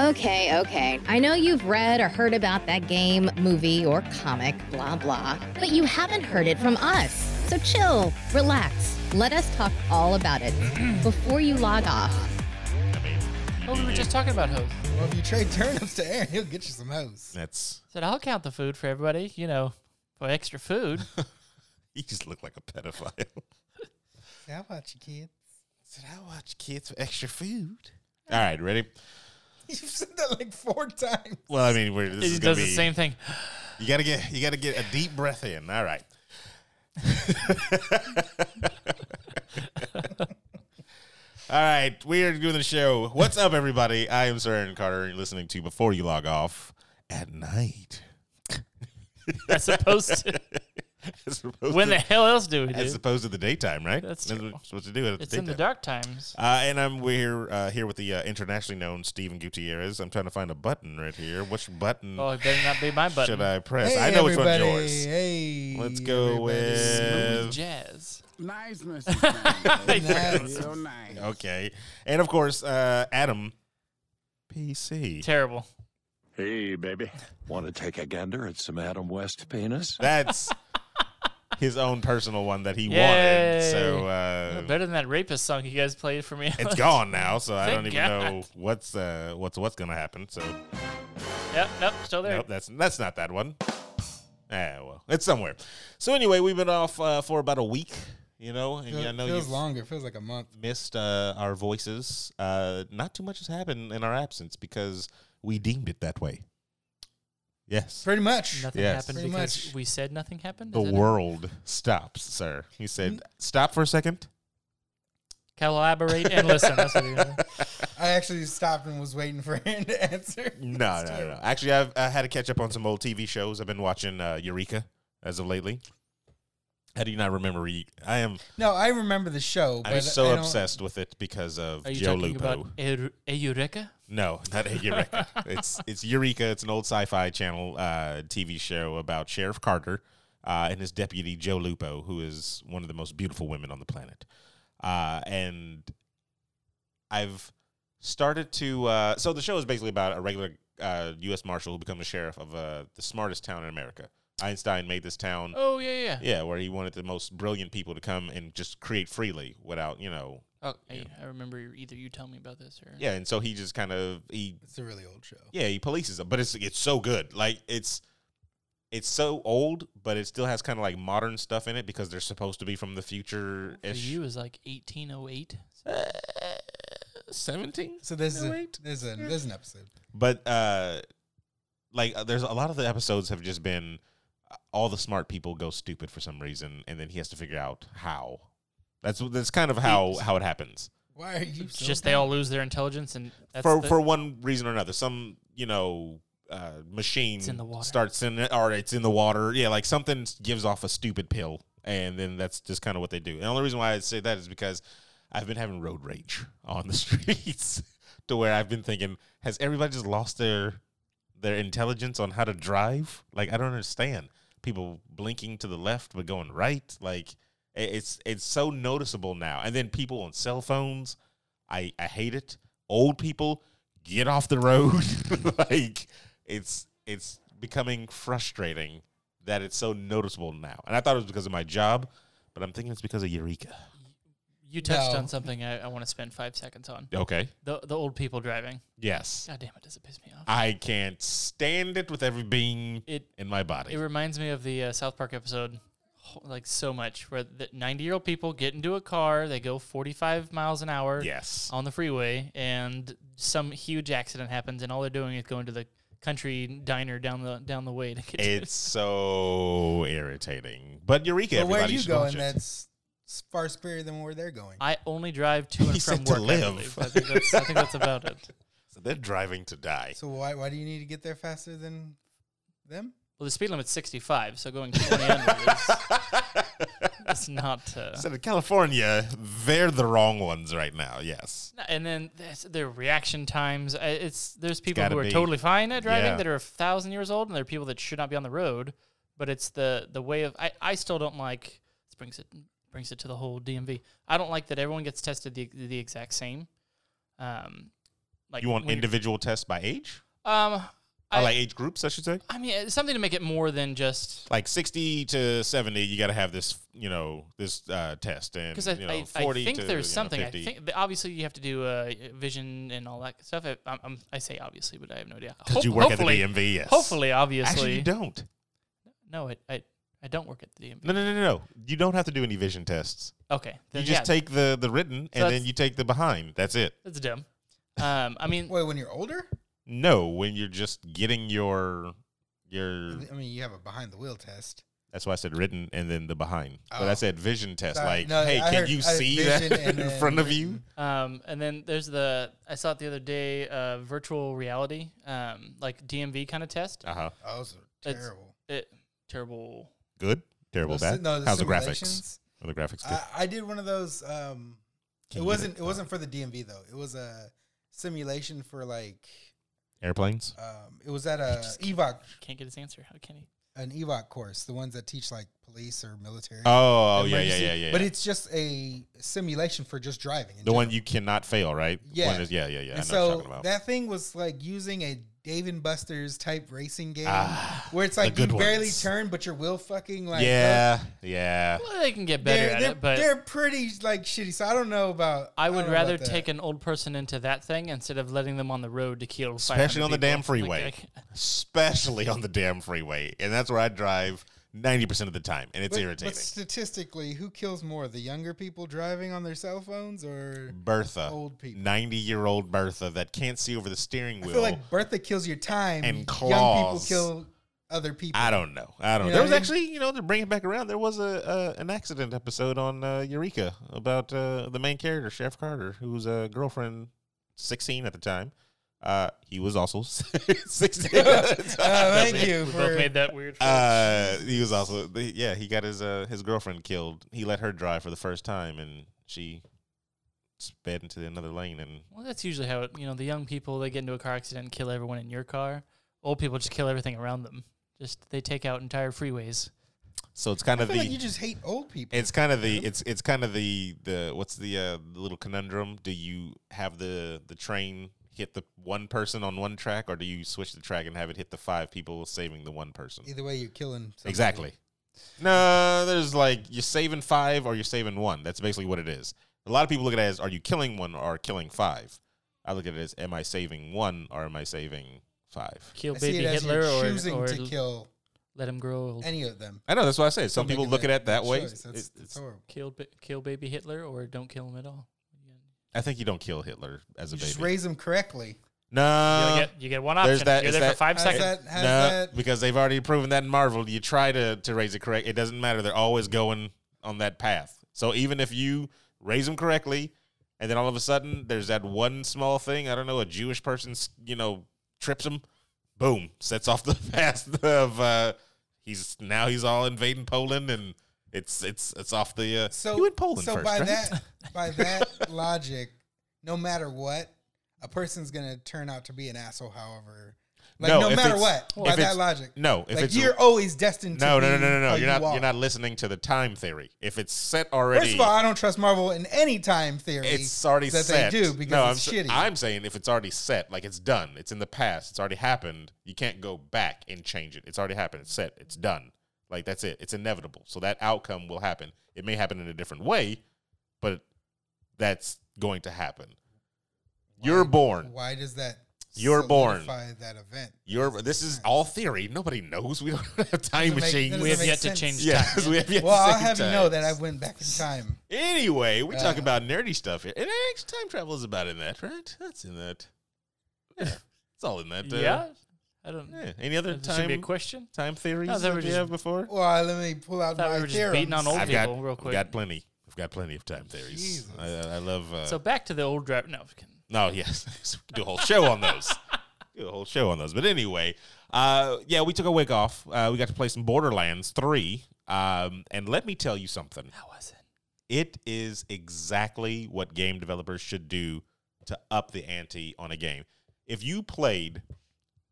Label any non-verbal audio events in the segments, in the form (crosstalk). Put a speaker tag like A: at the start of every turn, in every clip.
A: Okay, okay. I know you've read or heard about that game, movie, or comic, blah, blah, but you haven't heard it from us. So chill, relax, let us talk all about it (clears throat) before you log off.
B: Well, Oh, we were just talking about hoes.
C: Well, if you trade turnips to Aaron, he'll get you some hoes.
D: That's
B: Said I'll count the food for everybody. You know, for extra
D: (laughs)
B: food.
D: you just look like a pedophile. (laughs)
C: How about you, kid? (laughs)
D: Did I watch kids for extra food? All right, ready?
C: You've said that like four times.
D: Well, I mean, we're, this is
B: He
D: gonna
B: does
D: be.
B: the same
D: (laughs)
B: thing.
D: You gotta get you gotta get a deep breath in. All right. (laughs) All right, we are doing the show. What's up, everybody? I am Sir Aaron Carter. You're listening to before you log off at night. (laughs)
B: That's supposed to.
D: As opposed
B: When
D: to,
B: the hell else do we do?
D: as opposed to the daytime, right?
B: That's true.
D: what supposed to do at
B: It's
D: the
B: in the
D: daytime.
B: dark times.
D: Uh, and I'm we're here, uh, here with the uh, internationally known Steven Gutierrez. I'm trying to find a button right here. Which button
B: Oh, it better not be my button.
D: should I press? I know which one's yours.
C: Hey,
D: Let's go
B: Smooth
D: with
B: jazz.
E: Nice, Mrs. Nice.
C: Nice.
E: Real nice.
D: okay, and of course uh, Adam PC.
B: Terrible.
F: Hey, baby. Want to take a gander at some Adam West penis?
D: That's his own personal one that he wanted.
B: Yay. (laughs)
D: So uh,
B: Better than that rapist song you guys played for me. (laughs)
D: it's gone now. So I
B: Thank
D: don't even know what's uh, what's what's gonna happen. So
B: Yep, nope, still there.
D: Nope, that's that's not that one. Ah, well, it's somewhere. So anyway, we've been off uh, for about a week, you know, and
C: Feel,
D: I know
C: feels
D: you've
C: longer. Feels like a month.
D: missed uh, our voices. Uh, not too much has happened in our absence because we deemed it that way. Yes,
C: Pretty much.
B: Nothing
D: Yes.
B: happened
C: Pretty
B: because
C: much.
B: we said nothing happened.
D: the
B: Is that it?
D: world stops, sir. He said, "Stop for
C: (laughs)
D: a second.
B: Collaborate and listen. That's what you're doing.
C: I actually stopped and was waiting for (laughs) Aaron to answer.
D: No, no, no, no. Actually, I've I had to catch up on some old TV shows. I've been watching uh, Eureka as of lately. How do you not remember? Re- I am.
C: No, I remember the show. But
D: I'm so
C: I don't-
D: obsessed with it because of
B: Are you
D: Joe
B: talking
D: Lupo.
B: about Eu- Eureka?
D: No, not (laughs) Eureka. it's it's Eureka. It's an old sci-fi channel uh, TV show about Sheriff Carter uh, and his deputy Joe Lupo, who is one of the most beautiful women on the planet. Uh, and I've started to. Uh, so the show is basically about a regular uh, U.S. marshal who becomes a sheriff of uh, the smartest town in America. Einstein made this town.
B: Oh yeah, yeah.
D: Yeah, where he wanted the most brilliant people to come and just create freely without, you know.
B: Oh, I, I remember either you telling me about this or
D: Yeah, and so he just kind of he
C: It's a really old show.
D: Yeah, he polices them, but it's it's so good. Like it's it's so old, but it still has kind of like modern stuff in it because they're supposed to be from the future.
B: For you is like 1808.
D: Seventeen.
C: So there's
D: No,
C: a,
D: wait.
C: there's a there's an episode.
D: But uh, like uh, there's a lot of the episodes have just been uh, all the smart people go stupid for some reason, and then he has to figure out how. That's that's kind of how how it happens.
C: Why are you so
B: Just they all lose their intelligence and that's
D: for
B: the-
D: for one reason or another. Some you know uh, machine
B: in the water.
D: starts in it, or it's in the water. Yeah, like something s- gives off a stupid pill, and then that's just kind of what they do. And the only reason why I say that is because I've been having road rage (laughs) on the streets (laughs) to where I've been thinking, has everybody just lost their their intelligence on how to drive? Like I don't understand people blinking to the left but going right. Like i- it's it's so noticeable now. And then people on cell phones, I I hate it. Old people get off the road. (laughs) like it's it's becoming frustrating that it's so noticeable now. And I thought it was because of my job, but I'm thinking it's because of Eureka.
B: you touched
C: No.
B: on something I, I want to spend five seconds on
D: Okay.
B: the the old people driving.
D: Yes.
B: God damn it, does it piss me off?
D: I can't stand it with every being
B: It
D: in my body.
B: It reminds me of the uh, South Park episode, ho- like so much, where the 90 year old people get into a car, they go 45 miles an hour (laughs)
D: yes.
B: on the freeway, and some huge accident happens, and all they're doing is going to the country diner down the down the way to get. to-
D: It's so irritating. But Eureka,
C: But where
D: everybody
C: you
D: should
C: going?
D: watch it.
C: That's far superior than where they're going.
B: I only drive to
D: He
B: and
D: said
B: from
D: to
B: work. I,
D: live.
B: believe. I think that's, I think that's about it.
D: So they're driving to die.
C: So why why do you need to get there faster than them?
B: Well, the
D: (laughs)
B: speed limit's 65, so going 20 under is it's not. Uh,
D: Instead of California, they're the wrong ones right now. Yes.
B: No, And then there's their reaction times. I- It's there's people
D: gotta
B: who are
D: be.
B: totally fine at driving
D: Yeah.
B: that are a thousand years old, and there are people that should not be on the road. But it's the the way of I, I still don't like. This brings it brings it to the whole DMV. I don't like that everyone gets tested the the exact same. Um, like
D: You want
B: when-
D: individual tests by age?
B: Um,
D: Or
B: I-
D: like age groups, I should say.
B: I mean, it's something to make it more than just
D: Like 60 to 70, you got to have this, you know, this uh, test. And,
B: because I,
D: you know,
B: I, I
D: 40
B: think
D: to,
B: there's
D: you know,
B: something. I
D: 50.
B: think that obviously you have to do uh, vision and all that stuff. I, I'm, I'm, I say obviously, but I have no idea.
D: Because you
B: Hope-
D: work at the
B: hopefully,
D: DMV, yes.
B: Hopefully, obviously,
D: Actually, you don't.
B: no, I, I, I don't work at the DMV.
D: No, no, no, no, no. You don't have to do any vision tests.
B: Okay,
D: You
B: then
D: just
B: yeah,
D: take the, the written
B: So
D: and
B: that's-
D: then you take the behind. That's it.
B: that's dumb. Um, I
C: (laughs)
B: mean,
C: Wait, when you're older?
D: No, when you're just getting your
C: I
D: your
C: mean, you have a behind the wheel test.
D: that's why I said written and then the behind. But I
C: Oh.
D: said vision test.
C: Sorry,
D: like,
C: no,
D: hey,
C: I
D: can
C: heard-
D: you
C: I heard
D: see
C: vision
D: that (laughs)
C: and
D: in
C: then
D: front of
C: written.
D: you?
B: Um, and then there's the I saw it the other day, uh, virtual reality, um, like DMV kind of test.
D: Uh huh.
C: Oh, those are
B: That's-
C: terrible.
B: It terrible.
D: Good. Terrible.
C: Those-
D: Bad.
C: no, the
D: How's the graphics?
C: simulations.
D: Are the graphics good?
C: I, I did one of those. Um, it
D: Can you
C: wasn't.
D: get it?
C: It wasn't for the DMV though. It was a simulation for like.
D: Airplanes.
C: Um, it was at a evoc
B: Can't get his answer. How can he?
C: an evoc course, the ones that teach like police or military.
D: Oh, oh yeah, yeah,
C: emergency.
D: yeah, yeah.
C: But
D: yeah.
C: it's just a simulation for just driving. in
D: the one
C: general.
D: you cannot fail, right?
C: Yeah.
D: One is- yeah, yeah, yeah. I know
C: and
D: what you're
C: so
D: talking about.
C: that thing was like using a Dave and Buster's type racing game
D: Ah,
C: where it's
D: the
C: like you
D: good
C: barely
D: ones.
C: turn, but you're will fucking like
D: yeah, yeah.
B: Well, they can get
C: uh,
B: better
C: They're,
B: at
C: they're,
B: it, but
C: they're pretty like shitty. So I don't know about.
B: I would
C: don't know
B: rather
C: about that.
B: take an old person into that thing instead of letting them on the road to kill.
D: Especially
B: 500
D: on the damn
B: people. Like,
D: freeway.
B: I can't-
D: Especially on the damn freeway, and that's where I drive ninety percent of the time, and it's
C: But-
D: irritating.
C: But statistically, who kills more, the younger people driving on their cell phones, or
D: Bertha,
C: Old people.
D: ninety-year-old Bertha that can't see over the steering
C: I
D: wheel.
C: feel like Bertha kills your time
D: And
C: young
D: claws.
C: people kill other people.
D: I don't know. I don't.
C: You
D: know.
C: know what
D: There was
C: I mean?
D: actually, you know, to bring it back around, there was a, a an accident episode on uh, Eureka about uh, the main character, Sheriff Carter, who was a girlfriend, sixteen at the time. Uh, he was also (laughs) sixteen.
C: (laughs)
D: at the time.
C: Uh, (laughs) thank you
B: We
C: for
B: both made that weird.
D: Uh, he was also the- yeah. He got his uh, his girlfriend killed. He let her drive for the first time, and she sped into another lane. And
B: well, that's usually how it. You know, the young people they get into a car accident and kill everyone in your car. Old people just kill everything around them. Just they take out entire freeways.
D: so it's kind
C: I
D: of
C: feel
D: the
C: like you just hate old people.
D: it's kind of the it's it's kind of the the what's the uh, little conundrum? Do you have the the train hit the one person on one track, or do you switch the track and have it hit the five people saving the one person?
C: Either way, you're killing. somebody.
D: Exactly. No, there's like you're saving five or you're saving one. That's basically what it is. A lot of people look at it as are you killing one or killing five? I look at it as am I saving one or am I saving five?
B: Kill
C: I see
B: baby
C: it as
B: Hitler
C: you're
B: or,
C: choosing
B: or
C: to kill
B: let him grow old.
C: any of them.
D: I know that's what I say. Some
C: You're
D: people
C: making
D: look at it that way.
C: choice.
D: It-
C: That's, that's
D: it's-
C: horrible.
B: kill ba- kill baby Hitler or don't kill him at all.
D: I think you don't kill Hitler as a
C: You just
D: baby.
C: raise them correctly.
D: no,
B: you, get, you get one
D: Uh, there's
B: option.
D: that-
B: You're
D: is
B: there
D: that-
B: for five
C: How's
B: seconds.
C: that? How's
D: no,
C: that?
D: because they've already proven that in Marvel. You try to to raise it correct. It doesn't matter. They're always going on that path. So even if you raise them correctly, and then all of a sudden there's that one small thing. I don't know. A Jewish person, you know, trips him. Boom, sets off the (laughs) path of uh, he's now he's all invading Poland and. It's it's it's off the uh,
C: So
D: you in Poland
C: So
D: first,
C: by
D: right?
C: that by that logic, no matter what, a person's gonna turn out to be an asshole. However, like
D: No,
C: no,
D: if
C: matter
D: it's-
C: what,
D: if
C: by
D: it's-
C: that logic,
D: no, if
C: like
D: it's
C: you're always destined. to
D: (laughs) no
C: be
D: no no no no no
C: how
D: you're
C: you
D: not
C: are.
D: you're not listening to the time theory. If it's set already,
C: First of all, I don't trust Marvel in any time theory.
D: it's already
C: that
D: set.
C: they do because
D: no,
C: it's
D: I'm, s-
C: shitty.
D: I'm saying if it's already set, like it's done, it's in the past, it's already happened. You can't go back and change it. It's already happened. It's set. It's done. Like that's it. It's inevitable. So that outcome will happen. It may happen in a different way, but that's going to happen. You're born.
C: Why does that?
D: You're born.
C: solidify that event.
D: You're. This is all theory. Nobody knows. (laughs) We don't have
C: Doesn't
D: time
C: make-
D: machines.
C: doesn't
B: We have
C: make
B: yet
C: sense.
B: to change time.
D: (laughs) Yes, we have
C: (laughs)
D: yet
C: Well,
D: to
C: I'll
D: save
C: have you know
D: time.
C: that I went back in time.
D: Anyway, we talk
C: Uh,
D: about nerdy stuff here. And actually, time travel is about in that, right? That's in that. Yeah, it's all in that. Uh,
B: yeah, I don't.
D: yeah. Any other
B: This should be a
D: time
B: question.
D: time theories
B: No, there
D: that
B: were
D: we
B: just-
D: have before?
C: Well, let me pull out
B: Thought we
C: my
B: were just
C: theorems.
B: beating on old
D: I've
B: people
D: got
B: real
D: I've
B: quick.
D: got plenty. I've got plenty of time theories.
C: Jesus.
D: I, I love. Uh,
B: So back to the old draft. No, I'm just kidding.
D: no, yes, (laughs) do a whole show on those. Do a whole show on those. But anyway, uh, yeah, we took a week off. Uh, we got to play some Borderlands three. Um, and let me tell you something.
B: how was it?
D: it is exactly what game developers should do to up the ante on a game. If you played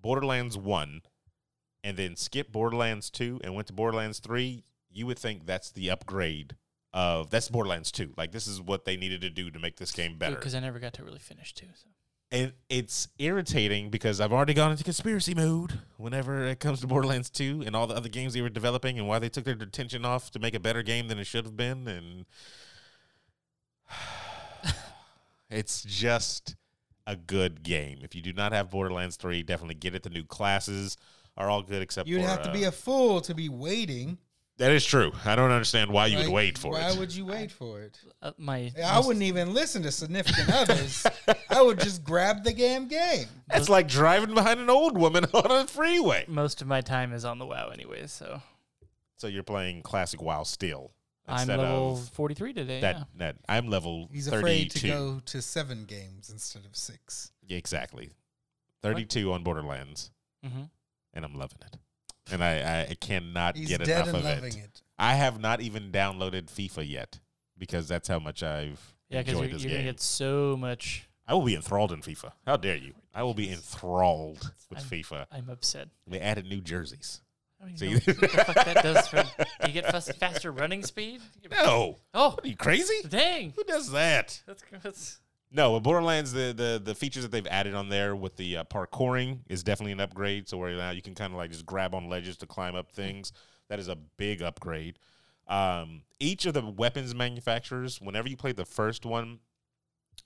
D: Borderlands 1 and then skipped Borderlands 2 and went to Borderlands 3, you would think that's the upgrade of that's Borderlands 2. Like this is what they needed to do to make this game better.
B: Because I never got to really finish too. So.
D: and it's irritating because I've already gone into conspiracy mode whenever it comes to Borderlands 2 and all the other games they were developing and why they took their attention off to make a better game than it should have been and (sighs) it's just a good game. If you do not have Borderlands 3, definitely get it. The new classes are all good except
C: You'd
D: for,
C: have to
D: uh,
C: be a fool to be waiting.
D: That is true. I don't understand why you would
C: Like,
D: wait for
C: Why
D: (laughs) it.
C: would you wait for it?
B: Uh, my
C: I wouldn't even listen
B: (laughs)
C: to significant others. I would just grab the damn game.
D: That's like driving behind an old woman (laughs) on a freeway.
B: most of my time is on the WoW anyway, so
D: So you're playing classic WoW still.
B: I'm
D: instead
B: level
D: of
B: 43 today.
D: that
B: yeah.
D: that I'm level
C: He's afraid
D: 32.
C: to go to seven games instead of six.
D: Yeah, Exactly. 32 on Borderlands
B: Mm-hmm.
D: and I'm loving it. And I I cannot
C: He's
D: get
C: dead
D: enough
C: and
D: of
C: loving
D: it.
C: it.
D: I have not even downloaded FIFA yet because that's how much I've
B: Yeah, because
D: enjoyed
B: you're,
D: this
B: you're gonna
D: game.
B: get so much.
D: I will be enthralled in FIFA. How dare you? I will be enthralled with
B: I'm-
D: FIFA.
B: I'm upset.
D: They added new jerseys.
B: I don't
D: See?
B: even know what the fuck that does for. You get fast, faster running speed.
D: No.
B: Oh,
D: Are you crazy?
B: dang!
D: Who does that?
B: That's, that's
D: No, but Borderlands, the, the the features that they've added on there with the uh, parkouring is definitely an upgrade. So where now you can kind of like just grab on ledges to climb up things. That is a big upgrade. Um, each of the weapons manufacturers, whenever you played the first one,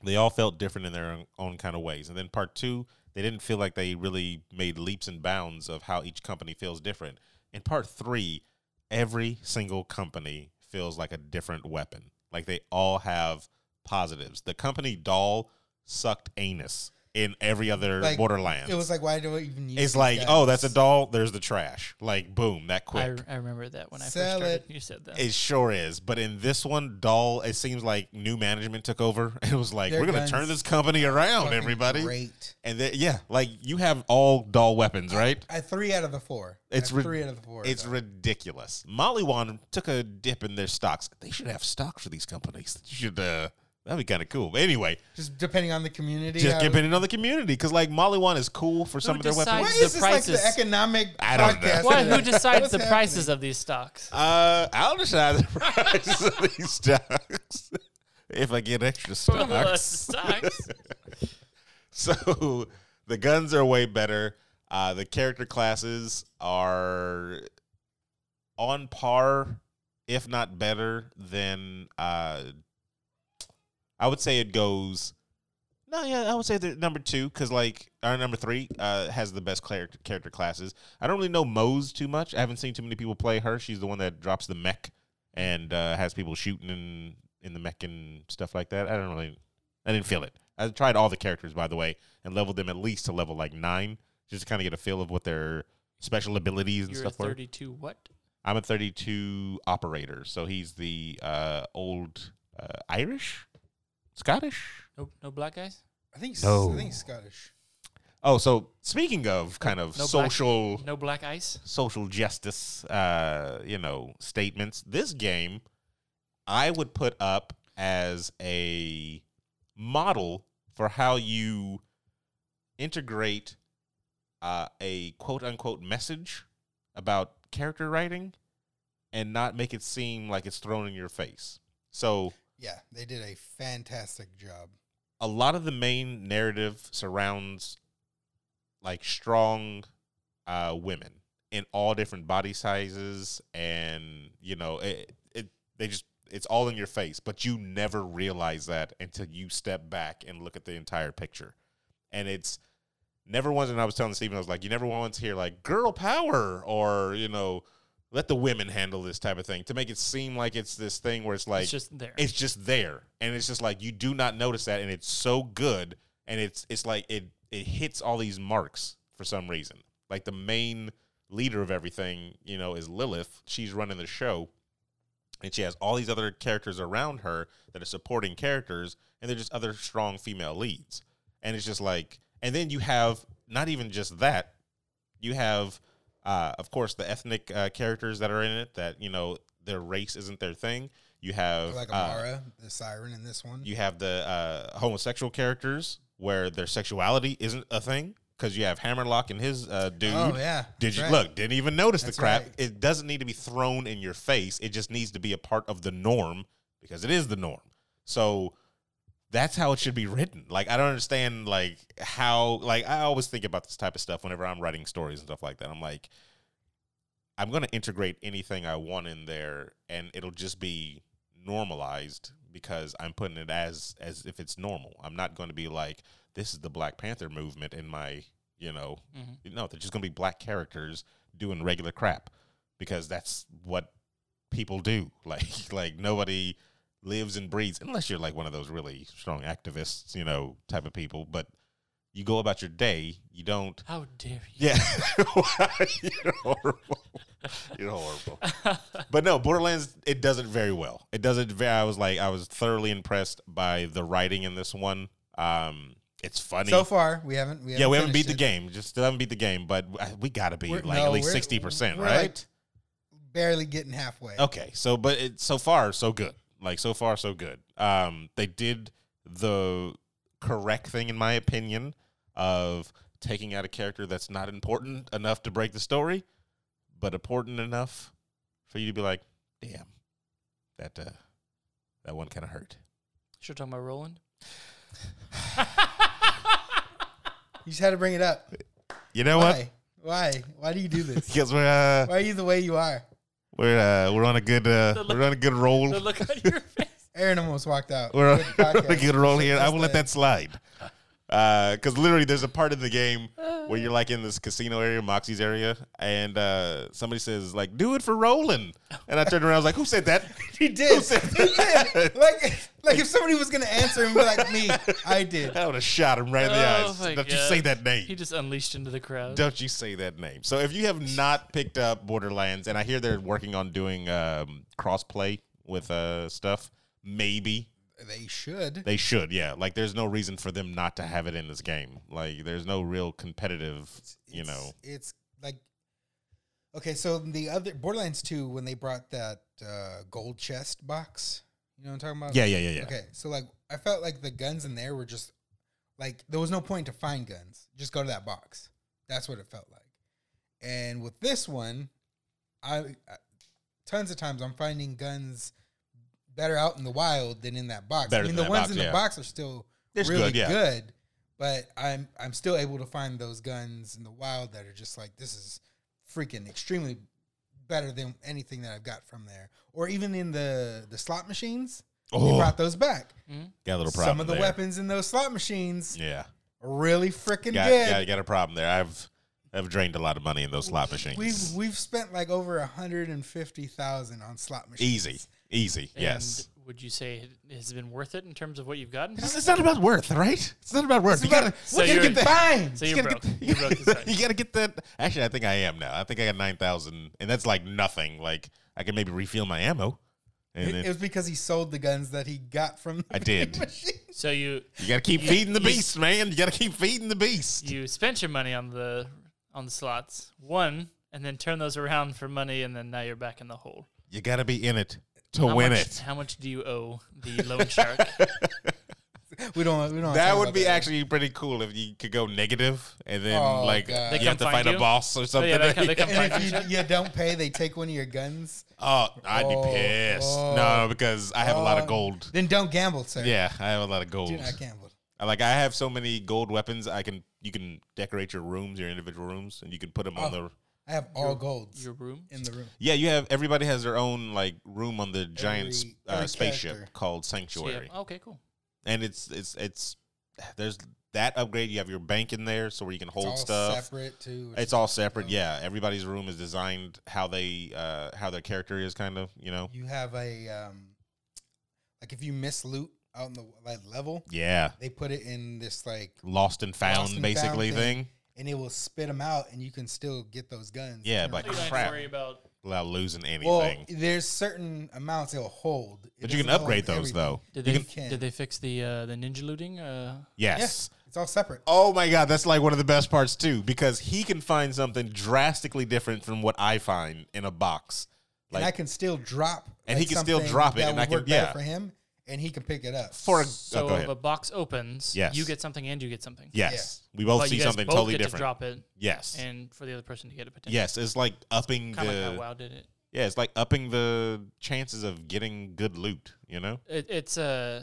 D: they all felt different in their own, own kind of ways. And then part two, they didn't feel like they really made leaps and bounds of how each company feels different. In part three, every single company feels like a different weapon. Like they all have positives. The company doll sucked anus in every other
C: Like,
D: Borderlands.
C: It was like, why do I even use
D: it's
C: these
D: like,
C: guys?
D: oh, that's a doll. There's the trash. Like, boom, that quick.
B: I, I remember that when I
C: Sell
B: first started.
C: it.
B: You said that.
D: It sure is. But in this one, Doll, it seems like new management took over. (laughs) It was like,
C: Their
D: we're going to
C: guns
D: turn this company around,
C: Fucking
D: everybody.
C: Great.
D: And they- yeah, like you have all Doll weapons, right?
C: I three out of the four.
D: It's
C: I
D: rid-
C: three out of the four.
D: It's
C: though.
D: ridiculous. Mollywan took a dip in their stocks. They should have stocks for these companies. You should, uh, that'd be kind of cool. But anyway,
C: just depending on the community.
D: just
C: how-
D: depending on the community, because like Mollywan is cool for some of their
B: decides
D: weapons.
C: Why
B: The
C: is this like the
B: prices.
C: economic
D: I don't know.
C: podcast?
B: Why?
C: today?
B: Who decides
C: What's
B: the
C: happening?
B: prices of these stocks?
D: Uh, I'll decide the (laughs) price of these stocks (laughs) if I get extra
B: Well,
D: stocks. (laughs)
B: stocks.
D: So the guns are way better. Uh, the character classes are on par, if not better, than uh, I would say it goes. No, yeah, I would say they're number two because like our number three uh, has the best character character classes. I don't really know Mose too much. I haven't seen too many people play her. She's the one that drops the mech and uh, has people shooting in, in the mech and stuff like that. I don't really I didn't feel it. I tried all the characters, by the way, and leveled them at least to level like nine, just to kind of get a feel of what their special abilities and
B: You're a
D: stuff were.
B: 32. What?
D: I'm a 32 operator, so he's the uh, old uh, Irish, Scottish.
B: No, no black guys.
C: I think s-
D: No.
C: I think Scottish.
D: Oh, so speaking of kind of
B: no black-
D: social
B: No black ice.
D: social justice, uh, you know, statements, this game I would put up as a model for how you integrate uh, a quote unquote message about character writing and not make it seem like it's thrown in your face. So
C: Yeah, they did a fantastic job.
D: a lot of the main narrative surrounds like strong uh, women in all different body sizes, and you know, it, it they just it's all in your face, but you never realize that until you step back and look at the entire picture, and it's. Never once, and I was telling Steven, I was like, you never once hear like girl power or, you know, let the women handle this type of thing to make it seem like it's this thing where it's like,
B: it's just there.
D: it's just there and it's just like you do not notice that and it's so good and it's it's like it it hits all these marks for some reason like the main leader of everything you know is lilith she's running the show and she has all these other characters around her that are supporting characters and they're just other strong female leads and it's just like and then you have not even just that you have uh, of course the ethnic uh, characters that are in it that you know their race isn't their thing you have
C: Like
D: uh,
C: Amara, the siren in this one.
D: you have the uh, homosexual characters where their sexuality isn't a thing because you have Hammerlock and his uh, dude.
C: oh yeah.
D: Did you
C: right.
D: look? Didn't even notice
C: That's
D: the crap.
C: right.
D: It doesn't need to be thrown in your face. It just needs to be a part of the norm because it is the norm. So that's how it should be written. Like I don't understand like how like I always think about this type of stuff whenever I'm writing stories and stuff like that. I'm like I'm going to integrate anything I want in there and it'll just be normalized because I'm putting it as as if it's normal. I'm not going to be like this is the Black Panther movement in my, you know, no, they're just going to be black characters doing regular crap because that's what people do. (laughs) Like like nobody lives and breathes unless you're like one of those really strong activists, you know, type of people, but you go about your day, you don't (laughs)
B: How dare you?
D: yeah. You're horrible. You're horrible. But no, Borderlands it does it very well. It does it very I was like I was thoroughly impressed by the writing in this one. Um it's funny.
C: So far, we haven't. We haven't
D: yeah, we haven't beat
C: finished
D: the
C: it.
D: game. Just still haven't beat the game, but I- we gotta be
C: We're-
D: like
C: no,
D: at least
C: we're-
D: sixty percent,
C: we're,
D: right?
C: like, barely getting halfway.
D: Okay, so but it, so far so good. Like so far so good. Um, they did the correct thing in my opinion of taking out a character that's not important enough to break the story, but important enough for you to be like, damn, that uh, that one kind of hurt.
B: Should talk about Roland. (laughs)
C: You just had to bring it up.
D: You know what?
C: Why? Why? Why do you do
D: (laughs)
C: this?
D: Because we're uh,
C: Why are you the way you are?
D: we're uh, we're on a good uh,
B: look-
D: we're on a good roll.
B: The look on your face.
C: Aaron almost walked out.
D: We're on
C: Good
D: (laughs) we're on
C: podcast.
D: a good roll here. I will let
C: That's
D: that slide. Because literally, there's a part in the game where you're like in this casino area, Moxie's area, and uh, somebody says like, "Do it for Roland," and I turned around, I was like, "Who said that?" (laughs)
C: He did. He did. Like, like if somebody was gonna answer him like me, I did.
D: I would have shot him right in the
B: Oh
D: eyes.
B: my
D: Don't you say
B: God.
D: that name?
B: He just unleashed into the crowd.
D: Don't you say that name. So if you have not picked up Borderlands, and I hear they're working on doing um, crossplay with uh, stuff, maybe
C: They should.
D: They should, yeah. Like, there's no reason for them not to have it in this game. Like, there's no real competitive, you
C: it's-
D: know.
C: it's like okay so the other borderlands 2 when they brought that uh, gold chest box you know what i'm talking about
D: Yeah, yeah, yeah, yeah.
C: okay so like i felt like the guns in there were just like there was no point to find guns just go to that box that's what it felt like and with this one i, I tons of times i'm finding guns better out in the wild than in that box
D: Better
C: i mean
D: than
C: the
D: that
C: ones
D: box,
C: in
D: yeah.
C: the box are still
D: It's
C: really
D: good, yeah.
C: good, but I'm I'm still able to find those guns in the wild that are just like this is freaking extremely better than anything that I've got from there, or even in the the slot machines. They
D: Oh.
C: brought those back.
D: Got a little problem.
C: Some of the
D: there.
C: weapons in those slot machines
D: Yeah.
C: are really freaking
D: Got,
C: good.
D: got, got a problem there. I've I've drained a lot of money in those slot machines.
C: We've we've spent like over a hundred and fifty thousand on slot machines.
D: Easy. Easy.
B: And
D: yes.
B: Would you say it has been worth it in terms of what you've gotten?
D: It's, it's not about worth, right? It's not about worth. you
C: about-
D: gotta,
C: So
D: you gotta
B: you're-
D: get that.
B: So
D: (laughs) you
B: you're
D: gotta
B: broke.
D: get-
B: You're broke this time.
D: (laughs) you gotta get that. Actually, I think I am now. I think I got nine thousand, and that's like nothing. Like I can maybe refill my ammo, and
C: It,
D: then
C: it was because he sold the guns that he got from. The
D: I did.
C: machine.
B: So you
D: You gotta keep feeding the beast, man. You gotta keep feeding the beast.
B: you spent your money on the on the slots one, and then turn those around for money, and then now you're back in the hole.
D: You gotta be in it to
B: How
D: win
B: much,
D: it.
B: How much do you owe the loan
D: (laughs)
B: shark?
C: (laughs) We don't. We don't. wanna
D: That
C: talk
D: would
C: about
D: be actually pretty cool if you could go negative and then
C: Oh,
D: like
C: God.
B: They
D: you have
B: come
D: to
B: find
D: fight a
B: you?
D: boss or
B: Oh,
D: something.
B: yeah, they come, they come
C: And
B: find you.
C: if you, you don't pay, they take one of your guns.
D: (laughs) oh, I'd
C: Oh,
D: be pissed.
C: oh.
D: no, because I have a lot
C: Oh.
D: of gold.
C: Then don't gamble, sir.
D: Yeah, I have a lot of gold.
C: Do not gamble.
D: I- Like I have so many gold weapons. I can you can decorate your rooms, your individual rooms, and you can put them
C: Oh.
D: on the.
C: I have all golds
B: Your room.
C: in the room.
D: Yeah, you have everybody has their own like room on the giant
C: Every-
D: uh,
C: every
D: spaceship
C: character.
D: called
B: So you have-
D: Sanctuary.
B: okay, cool.
D: and it's it's it's there's that upgrade. You have your bank in there, so where you can
C: It's
D: hold
C: all
D: stuff.
C: separate too. which
D: It's
C: is-
D: all separate. Yeah, everybody's room is designed how they uh how their character is kind of you know.
C: You have a um, like if you miss loot out in the like level,
D: Yeah,
C: they put it in this like,
D: lost and found
C: Lost and
D: basically
C: found
D: thing.
C: thing. and it will spit them out, and you can still get those guns.
D: Yeah,
C: and
D: but
B: You don't have to
D: crap.
B: worry about
D: without losing anything.
C: well, there's certain amounts it'll hold. It
D: but you can
C: doesn't
D: upgrade
C: hold
D: those
C: everything.
D: though.
B: did
D: You
B: they
D: can-
C: can-
B: did they fix the uh, the ninja looting? Uh,
D: yes.
C: Yeah, it's all separate.
D: Oh my god, that's like one of the best parts too, because he can find something drastically different from what I find in a box.
C: and I
D: Like
C: can still drop,
D: And he
C: like,
D: can still
C: something
D: drop it,
C: that
D: and
C: would
D: I can-
C: work better
D: yeah.
C: for him, and he can pick it up.
D: for a,
B: so
D: oh, go
B: if
D: ahead.
B: a box opens,
D: Yes.
B: you get something and you get something.
D: yes, we both
B: But
D: see
B: you guys
D: something
B: both
D: totally
B: get
D: different.
B: To drop it
D: yes,
B: and for the other person to get it potentially.
D: yes, it's like upping
B: Kind of
D: the
B: like how WoW did it.
D: yeah, it's like upping the chances of getting good loot. You know,
B: it it's uh,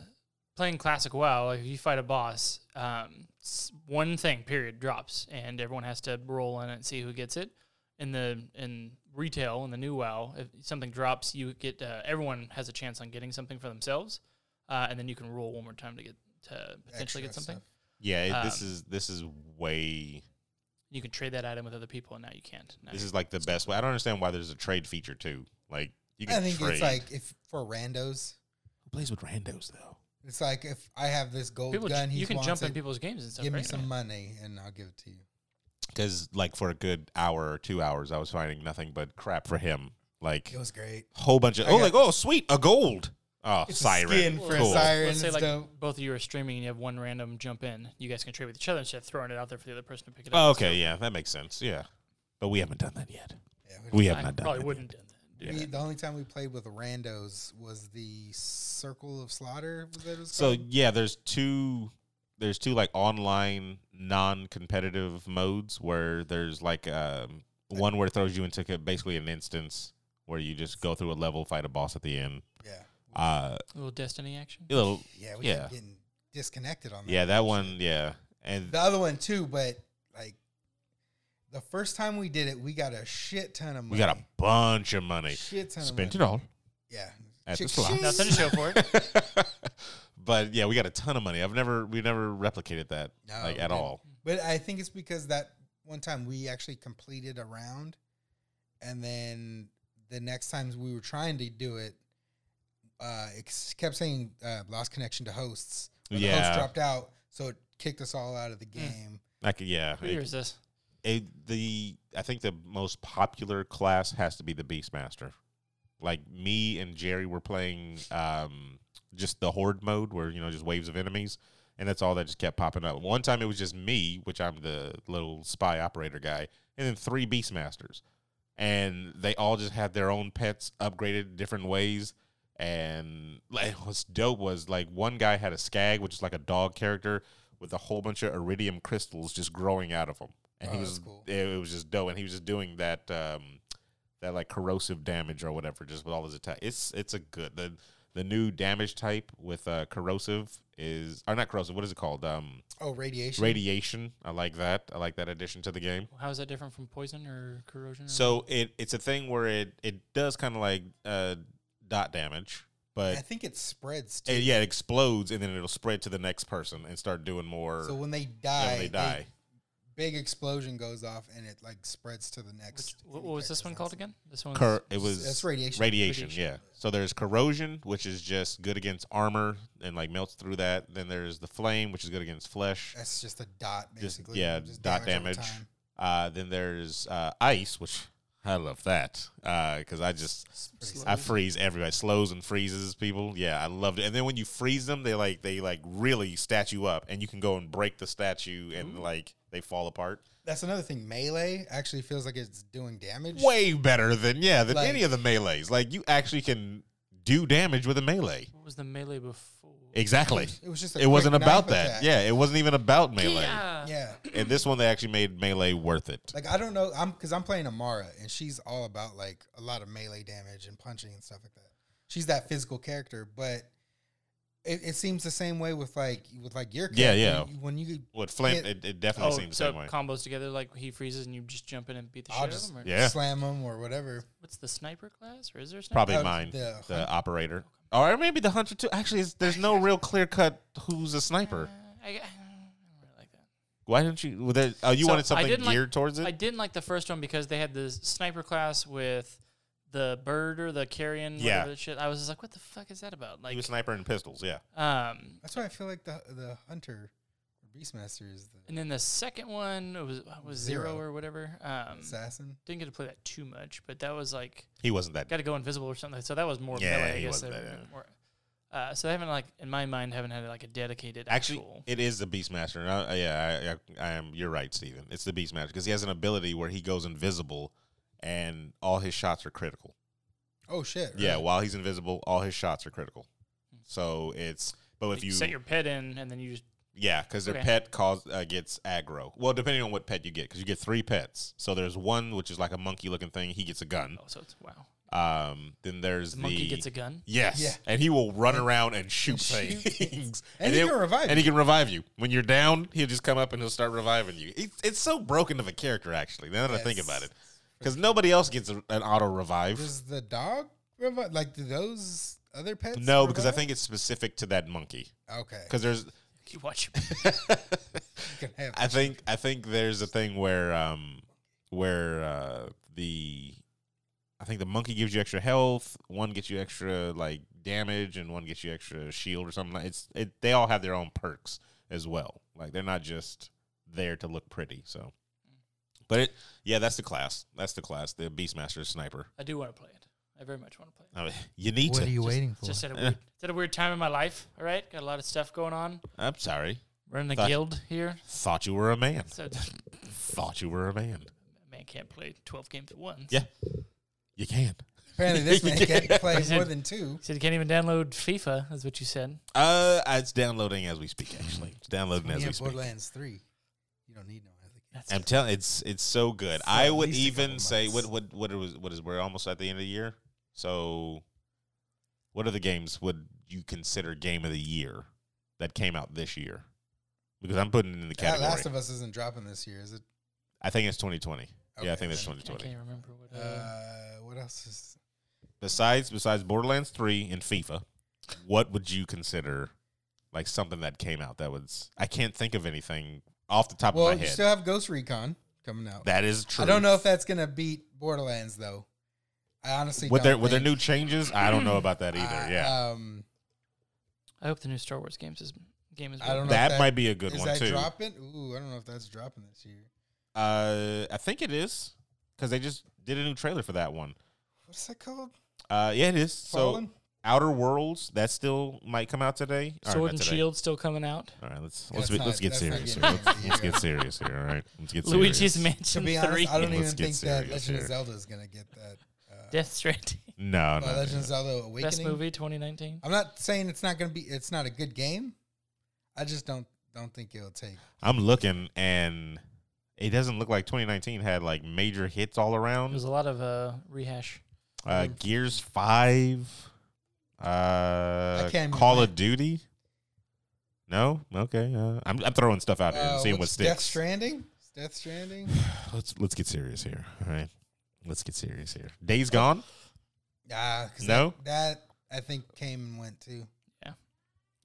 B: playing classic WoW, like if you fight a boss, um, s- one thing period drops, and everyone has to roll in it and see who gets it. In the in retail in the new WoW, if something drops, you get uh, everyone has a chance on getting something for themselves, uh, and then you can roll one more time to get to potentially get
C: Extra
B: something.
C: stuff.
D: Yeah, it, this
B: Um,
D: is this is way.
B: You can trade that item with other people, and now you can't. Now
D: This
B: you-
D: is like the best way. I don't understand why there's a trade feature too. Like you can
C: I think
D: trade.
C: it's like if for randos,
D: who plays with randos though.
C: it's like if I have this gold
B: people.
C: gun, he
B: you can
C: wants
B: jump
C: it,
B: in people's games and stuff.
C: give me
B: right?
C: some money and I'll give it to you.
D: Because like for a good hour or two hours, I was finding nothing but crap for him. Like
C: It was great.
D: whole bunch of
C: I
D: oh,
C: got-
D: like oh sweet, a gold. Oh,
C: It's a
D: siren.
C: skin for a
D: cool.
C: siren.
B: Let's say
C: it's
B: like
C: dope.
B: both of you are streaming and you have one random jump in. You guys can trade with each other instead of throwing it out there for the other person to pick it up.
D: Oh, okay, yeah, that makes sense. Yeah, but we haven't done that yet.
C: Yeah,
D: We have
B: I
D: not done.
B: probably
D: that
B: wouldn't have done that.
D: yet.
C: We, the only time we played with randos was the Circle of Slaughter. Was that it was
D: So
C: called?
D: yeah, there's two there's two like online non-competitive modes where there's like um, one where it throws you into ca- basically an instance where you just go through a level, fight a boss at the end.
C: yeah,
D: Uh,
B: A little Destiny action.
D: a little,
C: yeah, we
D: Yeah.
C: kept getting disconnected on that.
D: yeah, that one, yeah, and
C: The other one too, but like the first time we did it, we got a shit ton of money.
D: we got a bunch of money.
C: shit ton
D: Spent
C: of
D: it all
C: money. Yeah,
D: at the
C: Chick-
D: slot.
B: Nothing to show for it.
D: (laughs) but yeah, we got a ton of money. I've never, we never replicated that
C: No,
D: like
C: we
D: at
C: didn't.
D: all.
C: But I think it's because that one time we actually completed a round, and then the next times we were trying to do it, uh, it s- kept saying uh, lost connection to hosts. or The
D: Yeah.
C: host dropped out, so it kicked us all out of the
B: Hmm.
C: game.
D: Like yeah,
B: What year is this?
D: it, the I think the most popular class has to be the Beastmaster. Like me and Jerry were playing um, just the horde mode where you know just waves of enemies, and that's all that just kept popping up. One time it was just me, which I'm the little spy operator guy, and then three Beastmasters, and they all just had their own pets upgraded different ways. And like, what's dope was like one guy had a skag, which is like a dog character with a whole bunch of iridium crystals just growing out of him, and he
C: Oh,
D: was
C: that's cool.
D: it, it was just dope, and he was just doing that um, that like corrosive damage or whatever, just with all his attack. It's it's a good the the new damage type with uh, corrosive is or not corrosive. What is it called? Um,
C: Oh, radiation.
D: radiation. I like that. I like that addition to the game.
B: How is that different from poison or corrosion? Or
C: Mm.
D: So it it's a thing where it it does kind of like uh, dot damage, but
C: I think it spreads
D: it-
C: too.
D: yeah, it explodes and then it'll spread to the next person and start doing more.
C: So when they
D: yeah,
C: die,
D: when they die.
C: big explosion goes off and it like spreads to the next.
B: Which, what, what was this one called again? This one.
D: Cor-
B: was-
D: it was
C: That's radiation.
D: radiation,
B: Radiation.
D: yeah. So there's corrosion, which is just good against armor and like melts through that. Then there's the flame, which is good against flesh.
C: That's just a dot,
D: Just
C: basically.
D: yeah,
C: Just
D: dot
C: over
D: damage.
C: time.
D: Uh, then there's uh, ice, which I love that because I just I freeze everybody. Slows and freezes people. Yeah, I loved it. And then when you freeze them, they like they like really statue up, and you can go and break the statue, and like they fall apart.
C: That's another thing. Melee actually feels like it's doing damage.
D: Way better than yeah than
C: Like-
D: any of the melees. Like you actually can do damage with a melee.
B: What was the melee before?
D: Exactly.
C: It was just a
D: It wasn't
C: quick
D: about
C: knife
D: that.
C: attack.
D: Yeah, it wasn't even about melee.
B: Yeah.
C: Yeah.
D: And this one, they actually made melee worth it.
C: Like I don't know, I'm because I'm playing Amara and she's all about like a lot of melee damage and punching and stuff like that. She's that physical character, but it, it seems the same way with like with like your
D: Yeah,
C: character.
D: yeah.
C: When you
D: What flame? It,
C: It-
D: it,
B: Oh,
D: definitely seems the
B: so
D: same way.
B: combos together like he freezes and you just jump in and beat the
C: I'll
B: shit
C: just-
B: out of him. Or
D: Yeah.
C: slam them or whatever,
B: What's the sniper class or is there a sniper?
D: Probably
C: Uh,
D: mine, the,
C: the hunt-
D: operator, or maybe the hunter too. Actually, it's,
B: (laughs)
D: there's no real clear cut who's a sniper.
B: I, I don't really like that.
D: Why don't you? well, there- Oh, you
B: So,
D: wanted
B: I
D: something
B: didn't
D: geared
B: like-
D: towards it.
B: I didn't like the first one because they had the sniper class with the bird or the carrion.
D: Yeah.
B: whatever the shit. I was just like, what the fuck is that about?
D: he
B: Like,
D: was sniper and pistols. Yeah,
B: um,
C: that's why I feel like the the hunter or beastmaster is the
B: and then the second one it was what was zero,
C: Zero.
B: or whatever. Um,
C: assassin.
B: didn't get to play that too much, but that was like
D: he wasn't that.
B: got to go invisible or something. So that was more
D: Yeah,
B: melee, I
D: he
B: guess.
D: wasn't
B: than
D: that, yeah.
B: more- uh, so I haven't like in my mind haven't had like a dedicated
D: Actually,
B: actual.
D: it is the Beastmaster. And I, yeah, I, I, I am. You're right, Steven. It's the Beastmaster because he has an ability where he goes invisible, and all his shots are critical.
C: Oh shit!
D: Yeah,
C: really?
D: while he's invisible, all his shots are critical. So it's but if
B: you,
D: you,
B: set your pet in and then you just
D: yeah, because their
B: okay.
D: pet cause uh, gets aggro. Well, depending on what pet you get, because you get three pets. So there's one which is like a monkey looking thing. He gets a gun.
B: oh, so it's wow.
D: Um, then there's
B: The
D: the,
B: monkey gets a
D: (laughs)
B: gun.
D: Yes,
C: Yeah.
D: and he will run around and shoot
C: shoot
D: (laughs) things,
C: And he
D: he'll-
C: can revive
D: and he
C: you.
D: can revive you when you're down. He'll just come up and he'll start reviving you. It's, it's so broken of a character, actually. Now that I think
C: Yes.
D: about it, because nobody else gets a, an auto revive.
C: Does the dog revive? Like, do those other pets?
D: No, because I
C: revive?
D: think it's specific to that monkey. (laughs)
C: Okay. (laughs)
D: Because there's,
B: You watch.
C: Can have-
D: I think, I think there's a thing where, um, where uh, the, I think the monkey gives you extra health. One gets you extra like damage, and one gets you extra shield or something. like- It's it, they all have their own perks as well. Like they're not just there to look pretty. So, but it, yeah, that's the class. That's the class. The Beastmaster sniper.
B: I do want to play it. I very much want to play it.
D: I mean, (laughs) you need
C: What
D: to.
C: are you
D: Just-
C: waiting
B: It's
C: for?
B: just at a
D: Yeah.
B: weird, it's at a weird time in my life. All right, got a lot of stuff going on.
D: I'm sorry.
B: Running the
D: Thought-
B: guild here,
D: Thought you were a man.
B: so
D: Thought you were a man.
B: man can't play twelve games at once.
D: Yeah. You can.
C: Apparently,
D: (laughs)
C: this man can't play
B: said-
C: more than two.
B: You said you can't even download FIFA, is what you said.
D: Uh, it's downloading as we speak. Actually, it's downloading as
C: Yeah,
D: we speak.
C: Borderlands three. You don't need no other game.
B: That's
D: I'm telling, it's it's so good.
C: For
D: I
C: at
D: would
C: least a couple
D: even say what
C: months.
D: what what it was what is we're almost at the end of the year. So, what other games would you consider game of the year that came out this year? Because I'm putting it in the
C: That
D: category.
C: Last of Us isn't dropping this year, is it?
D: I think it's 2020. yeah, I
C: Okay,
D: think that's
C: then.
B: I can't
D: 2020.
B: remember what. Uh,
C: Uh, what else is?
D: Besides besides Borderlands 3 and FIFA, what would you consider like something that came out that was? I can't think of anything off the top
C: Well,
D: of my
C: you
D: head.
C: still have Ghost Recon coming out.
D: that is true.
C: I don't know if that's gonna beat Borderlands though. I honestly
D: with
C: don't
D: their with their new
C: think.
D: changes, I don't know
C: (clears throat)
D: about that either.
C: I-
D: yeah,
C: Um,
B: I hope the new Star Wars games is game is.
C: I don't know.
D: that,
C: if that-
D: might be a good
C: is
D: one
C: that
D: too.
C: dropping? Ooh, I don't know if that's dropping this year.
D: Uh, I think it is because they just did a new trailer for that one.
C: What's that called?
D: Uh, yeah, it is.
C: Fallen?
D: So Outer Worlds that still might come out today. Or
B: Sword
D: not
B: and
D: today.
B: Shield still coming out.
D: All right, let's
C: Yeah, that's
D: let's be,
C: not-
D: let's get
C: that's not
D: serious. Here.
C: getting (laughs)
D: Let's, let's
C: here.
D: get serious here. All right,
B: (laughs)
D: let's get
B: Luigi's
D: serious.
C: to
B: Mansion
C: be
B: Three.
C: honest, I don't even
D: Let's get
C: think that
D: serious
C: Legend of
D: here.
C: Zelda is gonna get that. Uh,
B: (laughs) Death Stranding,
D: No,
C: uh,
D: no, no,
C: Legend of
D: no.
C: Zelda Awakening.
B: best movie 2019.
C: I'm not saying it's not gonna be. It's not a good game. I just don't don't think it'll take.
D: I'm looking and it doesn't look like 2019 had like major hits all
B: There's
D: around.
B: a lot of uh, rehash. Um,
D: Uh,
B: Mm.
D: Gears Five, uh,
C: can't even
D: Call
C: play
D: of Duty. No, okay. Uh, I'm, I'm throwing stuff out here and
C: Uh,
D: seeing what
C: what's
D: sticks.
C: Death Stranding. Is Death Stranding.
D: let's let's get serious here. All right. Let's get serious here. Days Gone?
C: Ah, 'cause
D: No?
C: that, that I think came and went too.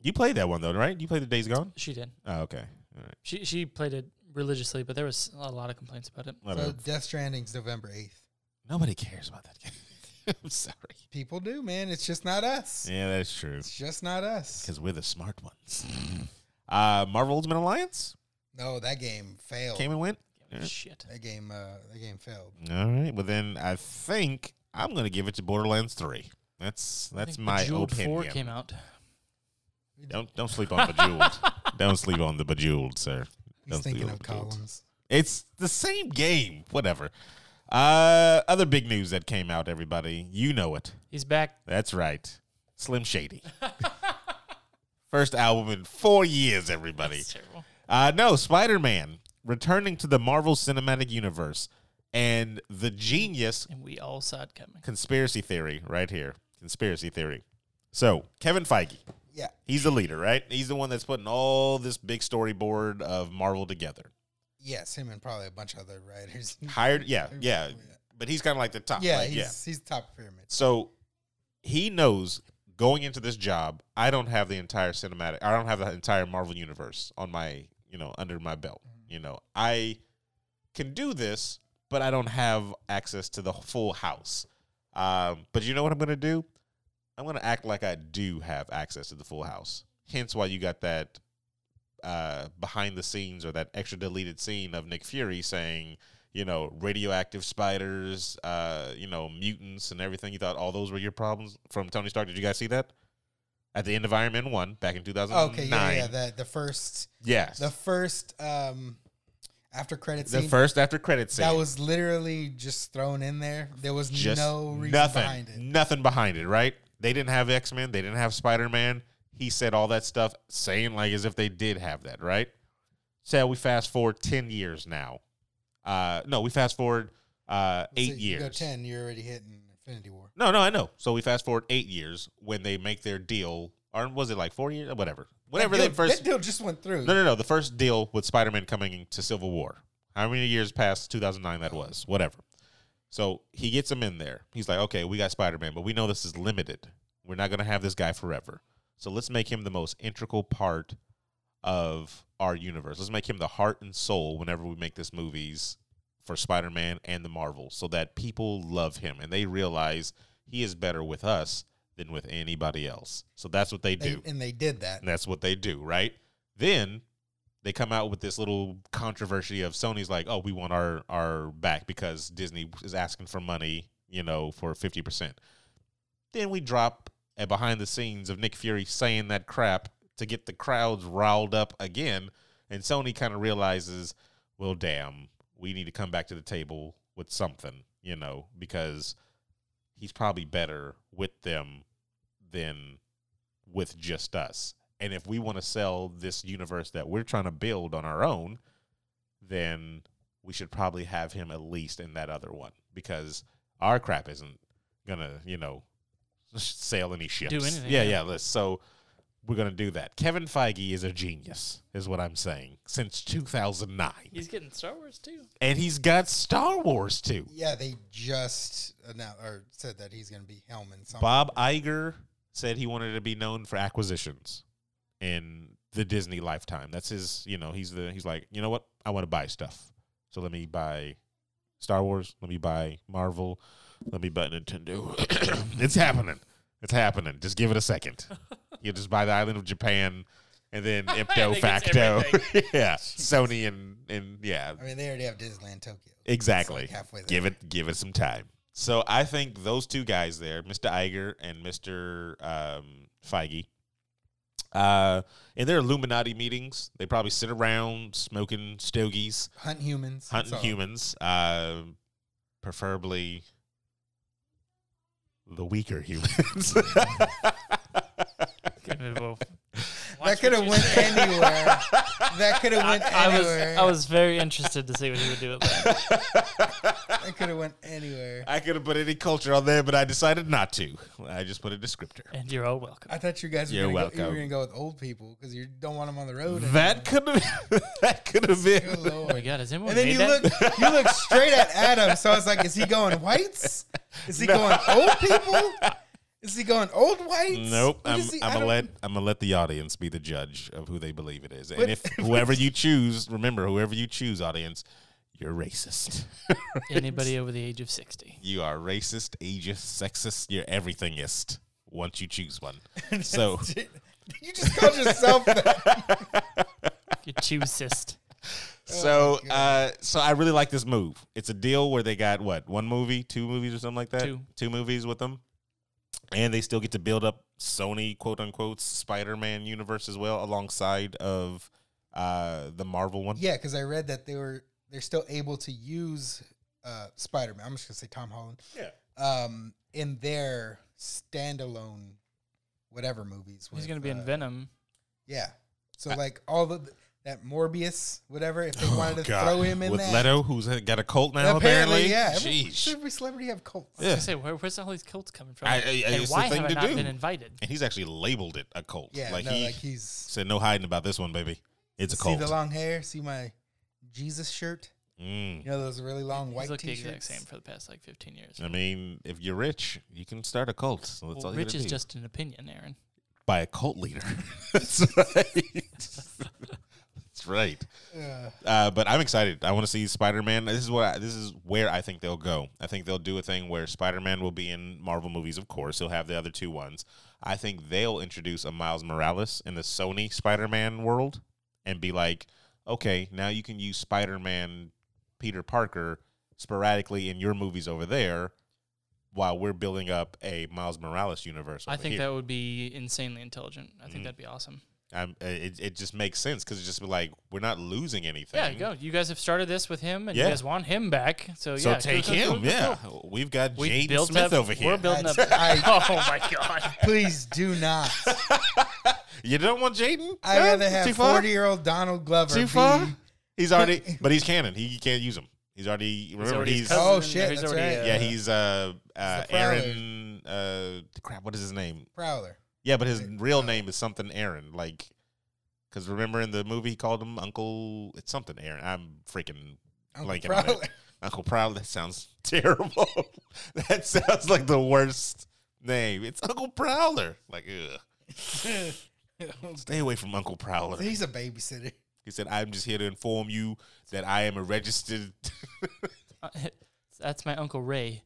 D: You played that one though, right? You played the Days Gone?
B: She did.
D: Oh, okay. All right.
B: She she played it religiously, but there was a lot of complaints about it.
D: Let
C: So
D: her-
C: Death Stranding's November eighth.
D: Nobody cares about that game. (laughs) I'm sorry.
C: People do, man. It's just not us.
D: Yeah, that's true.
C: It's just not us.
D: Because we're the smart
C: (laughs)
D: ones. uh Marvel Ultimate Alliance?
C: No, that game failed.
D: Came and went? Yeah.
B: Shit.
C: that game, uh, that game failed.
D: All right. Well then I think I'm gonna give it to Borderlands three. That's
B: I
D: that's
B: think
D: my
B: Bejeweled Four
D: opinion.
B: came out.
D: Don't don't sleep on
B: (laughs)
D: Bejeweled. don't sleep on the Bejeweled, sir.
C: He's
D: Don't sleep
C: thinking
D: on
C: of
D: the Bejeweled.
C: columns.
D: It's the same game. Whatever. Uh, other big news that came out, everybody. You know it.
B: He's back.
D: That's right.
B: (laughs)
D: Slim Shady. First album in four years, everybody.
B: That's terrible.
D: Uh, no, Spider Man returning to the Marvel Cinematic Universe. And the genius
B: And we all saw it coming.
D: conspiracy theory right here. Conspiracy theory. So, Kevin Feige,
C: Yeah,
D: he's the leader, right? He's the one that's putting all this big storyboard of Marvel together.
C: yes, him and probably a bunch of other writers.
D: Hired,
C: (laughs)
D: yeah, yeah. But he's kind of like the top.
C: yeah,
D: like,
C: he's
D: yeah.
C: he's top pyramid.
D: So he knows going into this job, I don't have the entire cinematic. I don't have the entire Marvel universe on my, you know, under my belt.
C: Mm-hmm.
D: You know, I can do this, but I don't have access to the full house. Um, but you know what I'm gonna do? I'm gonna act like I do have access to the full house. Hence why you got that uh, behind the scenes or that extra deleted scene of Nick Fury saying, you know, radioactive spiders, uh, you know, mutants and everything. You thought all those were your problems from Tony Stark. Did you guys see that? At the end of Iron Man 1 back in 2009.
C: Okay, yeah, yeah. The the first,
D: yes.
C: the first um, after credit
D: The
C: scene.
D: first after credit scene.
C: that was literally just thrown in there. There was
D: just
C: no reason
D: nothing,
C: behind it.
D: nothing behind it, right? They didn't have X Men, they didn't have Spider Man. He said all that stuff, saying like as if they did have that, right? So we fast forward ten years now. Uh, no, we fast forward uh,
C: So
D: eight
C: you
D: years.
C: Go ten, you're already hitting Infinity War.
D: No, no, I know. So we fast forward eight years when they make their deal, or was it like four years? Whatever. Whenever
C: that
D: they
C: deal-
D: first
C: that deal just went through.
D: No, no, no. The first deal with Spider Man coming to Civil War. How many years past 2009 that was? Whatever. So he gets him in there. He's like, okay, we got Spider Man, but we know this is limited. We're not going to have this guy forever. So let's make him the most integral part of our universe. Let's make him the heart and soul whenever we make this movies for Spider Man and the Marvel so that people love him and they realize he is better with us than with anybody else. So that's what they
C: They-
D: do.
C: and they did that.
D: And that's what they do, right? Then they come out with this little controversy of Sony's like, oh, we want our our back because Disney is asking for money, you know, for fifty percent. Then we drop a behind the scenes of Nick Fury saying that crap to get the crowds riled up again, and Sony kind of realizes, well, damn, we need to come back to the table with something, you know, because he's probably better with them than with just us. And if we want to sell this universe that we're trying to build on our own, then we should probably have him at least in that other one because our crap isn't gonna, you know, sail any ships.
B: anything,
D: Yeah,
B: yeah.
D: yeah. let's- So we're gonna do that. Kevin Feige is a genius, is what I'm saying. Since 2009,
B: He's getting Star Wars too.
D: and he's got Star Wars too.
C: Yeah, they just announced or said that he's going to be helming something.
D: Bob Iger said he wanted to be known for acquisitions in the Disney lifetime. That's his, you know, he's the he's like, you know what? I want to buy stuff. So let me buy Star Wars, let me buy Marvel, let me buy Nintendo. (coughs) it's happening. It's happening. Just give it
B: (laughs)
D: a second. You just buy the island of Japan and then
B: And they
D: ipto
B: get
D: facto. (laughs) yeah. Sony and and yeah,
C: I mean, they already have Disneyland Tokyo.
D: Exactly.
C: It's like halfway there.
D: Give it give it some time. So I think those two guys there, Mr. Iger and Mr. Um, Feige, uh, in their Illuminati meetings, they probably sit around smoking stogies,
C: Hunt humans.
D: hunting
C: That's all.
D: humans, uh, preferably the weaker humans. (laughs)
B: (laughs)
C: That could have went anywhere. that could have
B: I,
C: went
B: I was
C: anywhere.
B: I was very interested to see what he would do with that.
C: That could have went anywhere.
D: I could have put any culture on there, but I decided not to. I just put a descriptor.
B: And you're all welcome.
C: I thought you guys were
D: You're
C: gonna Go, you
D: welcome.
C: were going to go with old people because you don't want them on the
B: (laughs)
C: road.
D: That could have (laughs) that could have been
C: anymore. Good
B: Oh my
C: lord.
B: god, has anyone
C: And then
B: made
C: you
B: that?
C: look, you look straight at Adam. So I was like, is he going whites? Is he going old people? Is he going old whites?
D: Nope.
C: What
D: I'm,
C: is he- I
D: I'm gonna
C: don't-
D: let I'm gonna let the audience be the judge of who they believe it is. And if whoever you choose, remember, whoever you choose, audience, you're racist.
B: Anybody over the age of sixty?
D: you are racist, ageist, sexist. You're everythingist. Once you choose one, so
C: (laughs) You just called yourself that.
B: You're too cyst.
D: so uh, so I really like this move. It's a deal where they got what one movie, two movies, or something like that.
B: Two.
D: movies with them, and they still get to build up Sony quote unquote Spider Man universe as well alongside of uh, the Marvel one.
C: Yeah, because I read that they were they're still able to use uh, Spider Man. I'm just gonna say Tom Holland.
D: Yeah.
C: Um, in their standalone, whatever movies.
B: He's
C: with,
B: gonna be
C: uh,
B: in Venom.
C: Yeah. So
D: Uh,
C: like all the that Morbius, whatever. If they wanted to
D: Oh, God.
C: throw him in
D: with
C: that,
D: Leto, who's got a cult now.
C: apparently,
D: Apparently,
C: yeah. Every,
D: Jeez.
C: every celebrity have cults.
B: I
D: Yeah.
B: say, where, where's all these cults coming from?
D: I- I- I-
B: and
D: it's the
B: why
D: thing
B: have I
D: to
B: not
D: do.
B: been invited?
D: And he's actually labeled it a cult.
C: Yeah.
D: like
C: no,
D: he
C: like he's
D: said, no hiding about this one, baby. It's a
C: see
D: cult.
C: the long hair. See my Jesus shirt.
D: Mm.
C: You know those really long
B: He's
C: white
B: looked the
C: t-shirts.
B: exact same for the past like fifteen years.
D: I mean, if you're rich, you can start a cult. So that's
B: Well,
D: all you
B: Rich
D: gotta
B: is
D: do.
B: just an opinion, Aaron.
D: by a cult leader. (laughs) that's right. that's right.
C: Ugh.
D: Uh, but I'm excited. I want to see Spider Man. This is what I, this is where I think they'll go. I think they'll do a thing where Spider Man will be in Marvel movies. Of course, he'll have the other two ones. I think they'll introduce a Miles Morales in the Sony Spider Man world and be like, okay, now you can use Spider Man, Peter Parker, sporadically in your movies over there, while we're building up a Miles Morales universe.
B: I
D: over
B: think
D: here.
B: that would be insanely intelligent. I
D: Mm-hmm.
B: think that'd be awesome.
D: I'm, uh, it, it just makes sense because it's just like we're not losing anything.
B: Yeah, go. You guys have started this with him, and
D: Yeah.
B: you guys want him back. So,
D: So
B: yeah,
D: take
B: go, go, go,
D: him.
B: go,
D: Yeah,
B: go.
D: we've got
B: We
D: Jaden
B: built
D: Smith
B: up,
D: over
B: We're
D: here.
B: building (laughs) up.
C: I-
B: oh my god!
C: Please
D: (laughs)
C: do not.
D: You don't want Jaden?
C: I'd rather have forty year old Donald Glover.
D: Too
C: be-
D: far? He's already, but he's canon. He, you can't use him. He's already remember
B: already
D: he's,
B: his cousin,
C: Oh,
B: or
C: shit,
B: He's
C: that's
B: already,
C: right.
B: uh,
D: yeah he's uh, uh
C: the Prowler.
D: Aaron uh crap what is his name (laughs)
C: Prowler.
D: yeah but his
C: Right,
D: real
C: Prowler.
D: name is something Aaron like because remember in the movie he called him Uncle it's something Aaron I'm freaking blanking on it. Uncle Prowler that sounds (laughs) terrible that sounds like the worst name it's Uncle Prowler like ugh. stay away from Uncle Prowler
C: He's a babysitter.
D: he said I'm just here to inform you that I am a registered (laughs)
B: Uh, (laughs) that's my uncle Ray,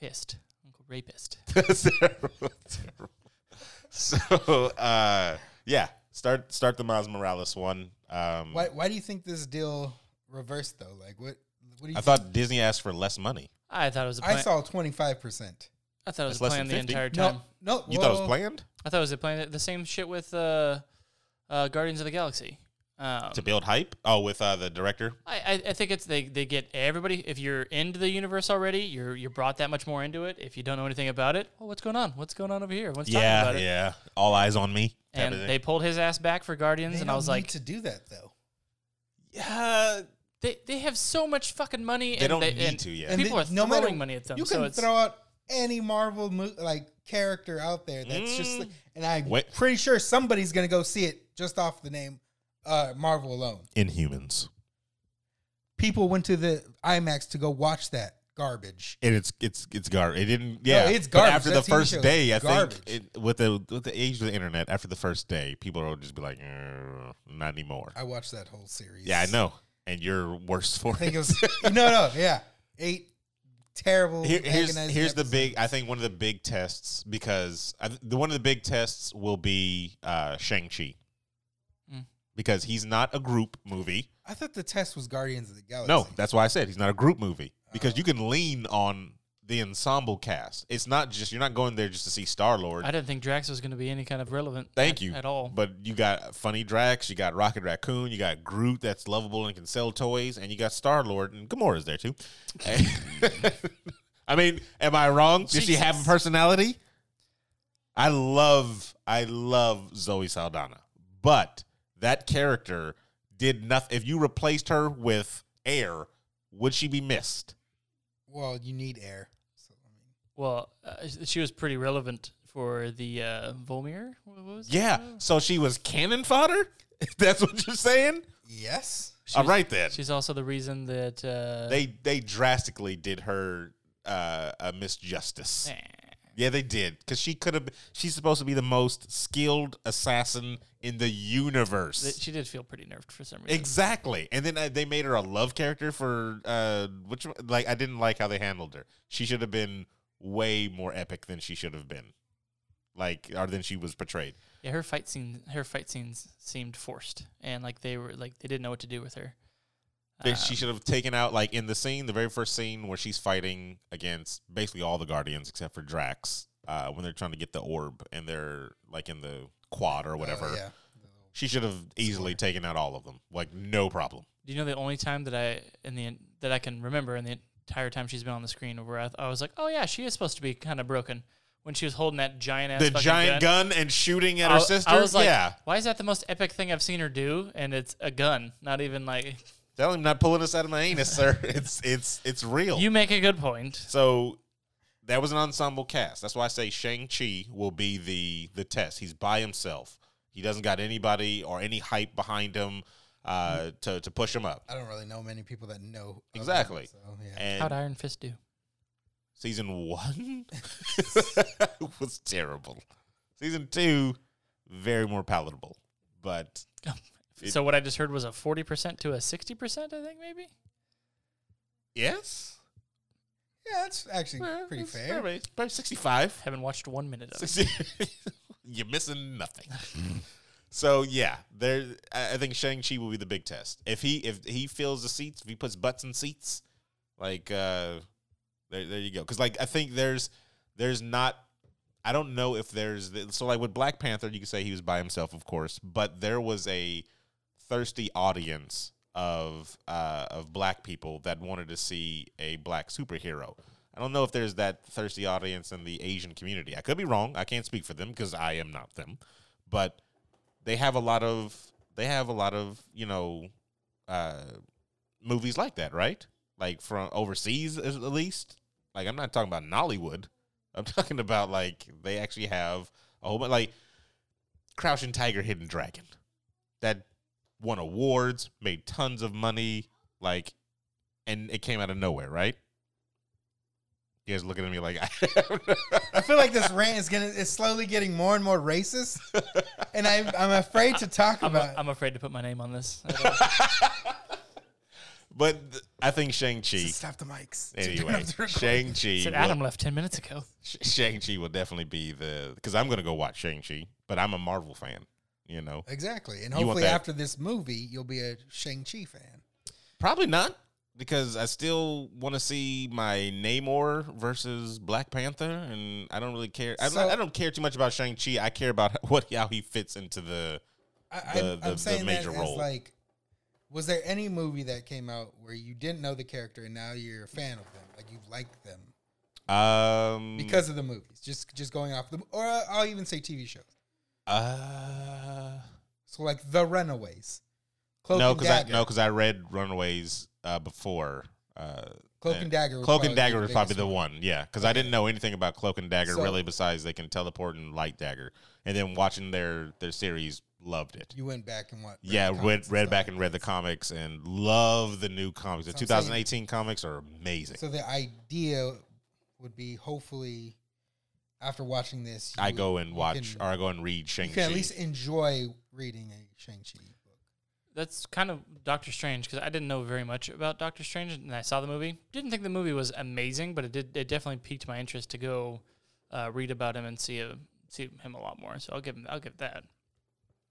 B: pissed. Uncle Ray pissed.
D: That's terrible. terrible. So uh, yeah, start start the Miles Morales one. Um,
C: Why? Why do you think this deal reversed though? Like what? What do you?
D: I thought Disney asked for less money.
B: I thought it was a plan.
C: I saw twenty five percent.
B: I thought it was
D: That's
B: a
D: less
B: plan
D: than
B: the
D: 50.
B: entire time.
C: No, no.
D: You thought it was
C: well,
D: planned
B: I thought it was a plan. The same shit with uh, uh, Guardians of the Galaxy. Um,
D: to build hype? Oh, with uh, the director.
B: I, I, I think it's they, they get everybody. If you're into the universe already, you're you're brought that much more into it. If you don't know anything about it, well, what's going on? What's going on over here? What's talking about it?
D: yeah. All eyes on me. type
B: And
D: of thing.
B: they pulled his ass back for Guardians,
C: They
B: and I was
C: don't
B: like,
C: need to do that though.
D: yeah,
B: they, they have so much fucking money.
D: they
B: and
D: don't need
B: and
D: to yet.
B: And- people
C: they-
B: are throwing money at them,
C: You
B: so
C: can
B: it's-
C: throw out any Marvel mo- like character out there. That's just,
D: Mm.
C: and I'm
D: Wait.
C: pretty sure somebody's gonna go see it just off the name uh, Marvel alone.
D: Inhumans,
C: People went to the IMAX to go watch that garbage.
D: and it's it's it's garbage. It didn't. Yeah,
C: it's
D: But
C: garbage.
D: after
C: That
D: the
C: TV
D: first
C: show is
D: day, I
C: garbage.
D: think it, with the with the age of the internet, after the first day, people will just be like, "Eh, not anymore.
C: I watched that whole series.
D: Yeah, I know. And you're worse for
C: I think
D: it.
C: it was no, no, yeah, eight terrible.
D: Here- here's
C: agonizing
D: here's the
C: episodes.
D: big. I think one of the big tests because I, th- the one of the big tests will be uh, Shang Chi
B: Mm.
D: because he's not a group movie.
C: I thought the test was Guardians of the Galaxy.
D: No, that's why I said he's not a group movie because you can lean on the ensemble cast. It's not just you're not going there just to see Star Lord.
B: I didn't think Drax was going to be any kind of relevant.
D: Thank
B: at-
D: you
B: at all.
D: But you got funny Drax, you got Rocket Raccoon, you got Groot that's lovable and can sell toys, and you got Star Lord and Gamora's there too. (laughs) I mean, am I wrong? Does she have a
B: Jesus.
D: personality? I love, I love Zoe Saldana, but that character did nothing. If you replaced her with air, would she be missed?
C: Well, you need air. So, I mean,
B: well, uh, she was pretty relevant for the uh, Volmir. What was it?
D: Yeah. So she was cannon fodder. (laughs) That's what you're saying.
C: yes.
B: She
D: All
B: was-
D: right then.
B: She's also the reason that uh,
D: they they drastically did her uh, a misjustice.
B: Eh.
D: Yeah, they did because she could have. She's supposed to be the most skilled assassin in the universe.
B: that she did feel pretty nerfed for some reason.
D: exactly, and then uh, they made her a love character for uh, which like I didn't like how they handled her. She should have been way more epic than she should have been, like or than she was portrayed.
B: Yeah, her fight scene, her fight scenes seemed forced, and like they were like they didn't know what to do with her. Uh,
D: They- she should have taken out like in the scene, the very first scene where she's fighting against basically all the guardians except for Drax. Uh, when they're trying to get the orb and they're like in the quad or whatever,
C: Oh, yeah.
D: she should have easily taken out all of them, like no problem.
B: Do you know the only time that I in the that I can remember in the entire time she's been on the screen where I, I was like, oh yeah, she is supposed to be kind of broken when she was holding that giant ass
D: the giant gun. and shooting at
B: I,
D: her
B: w-
D: sister.
B: I was like,
D: yeah,
B: why is that the most epic thing I've seen her do? And it's a gun, not even like
D: tell him not pulling us out of my anus, sir. (laughs) It's it's it's real.
B: you make a good point.
D: So that was an ensemble cast. That's why I say Shang Chi will be the the test. He's by himself. He doesn't got anybody or any hype behind him uh, to to push him up.
C: I don't really know many people that know of him,
D: Exactly.
C: so, yeah.
B: How'd
D: And
B: Iron Fist do?
D: season one (laughs) was terrible. Season two, very more palatable. But It-
B: so what I just heard was a forty percent to a sixty percent, I think maybe.
D: yes,
C: Yeah, that's actually
D: Well,
C: pretty
D: it's
C: fair.
D: probably- it's probably sixty-five.
B: Haven't watched one minute of it.
D: (laughs) You're missing nothing. so yeah, there. I I think Shang Chi will be the big test. If he if he fills the seats, if he puts butts in seats, like uh, there there you go. Because like I think there's there's not. I don't know if there's th- so like with Black Panther, you could say he was by himself, of course, but there was a thirsty audience of uh, of black people that wanted to see a black superhero. I don't know if there's that thirsty audience in the Asian community. I could be wrong. I can't speak for them because I am not them, but they have a lot of they have a lot of you know uh, movies like that, right? like from overseas as- at least. Like I'm not talking about Nollywood. I'm (laughs) talking about like they actually have a whole bunch like Crouching Tiger, Hidden Dragon. That won awards, made tons of money, like and it came out of nowhere, right? You guys looking at me like (laughs)
C: I feel like this rant is gonna is slowly getting more and more racist, (laughs) and I, I'm afraid to talk
B: I'm,
C: about.
B: a, I'm afraid to put my name on
D: (laughs)
B: this.
D: But th- I think Shang Chi.
C: Stop the mics. (laughs)
D: Anyway, Shang Chi.
B: said Adam left ten minutes ago.
D: Shang Chi will definitely be the because I'm gonna go watch Shang Chi, but I'm a Marvel fan. You know,
C: Exactly, and
D: You want
C: hopefully
D: that-
C: after this movie, you'll be a Shang Chi fan.
D: probably not because I still want to see my Namor versus Black Panther, and I don't really care. I,
C: So-
D: I don't care too much about Shang Chi. I care about (laughs) what how he fits into the.
C: I,
D: The-
C: I'm,
D: the-
C: I'm
D: the
C: saying
D: major
C: that
D: role.
C: as like, was there any movie that came out where you didn't know the character and now you're a fan of them, like you like them
D: Um,
C: because of the movies? Just just going off the, or uh, I'll even say TV shows.
D: uh,
C: So like The Runaways, Cloak
D: no,
C: and
D: because I
C: Dagger.
D: no, because I read Runaways uh, before. Uh,
C: Cloak
D: Yeah.
C: and Dagger. would
D: Cloak
C: probably
D: and
C: be
D: Dagger was probably
C: biggest
D: the one, yeah, because I didn't know anything about Cloak and Dagger
C: So-
D: really, besides they can teleport and light dagger, and then watching their their series, loved it.
C: You went back and what?
D: yeah, read read back and read the comics and love the new comics. The
C: So I'm saying-
D: 2018 comics are amazing.
C: So the idea would be hopefully after watching this,
D: I go and
C: you
D: watch,
C: can-
D: or I go and read Shang
C: you can at
D: Chi.
C: least enjoy reading a Shang Chi book.
B: That's kind of Doctor Strange because I didn't know very much about Doctor Strange, and I saw the movie. Didn't think the movie was amazing, but it did. It definitely piqued my interest to go uh, read about him and see a, see him a lot more. So I'll give him. I'll give that.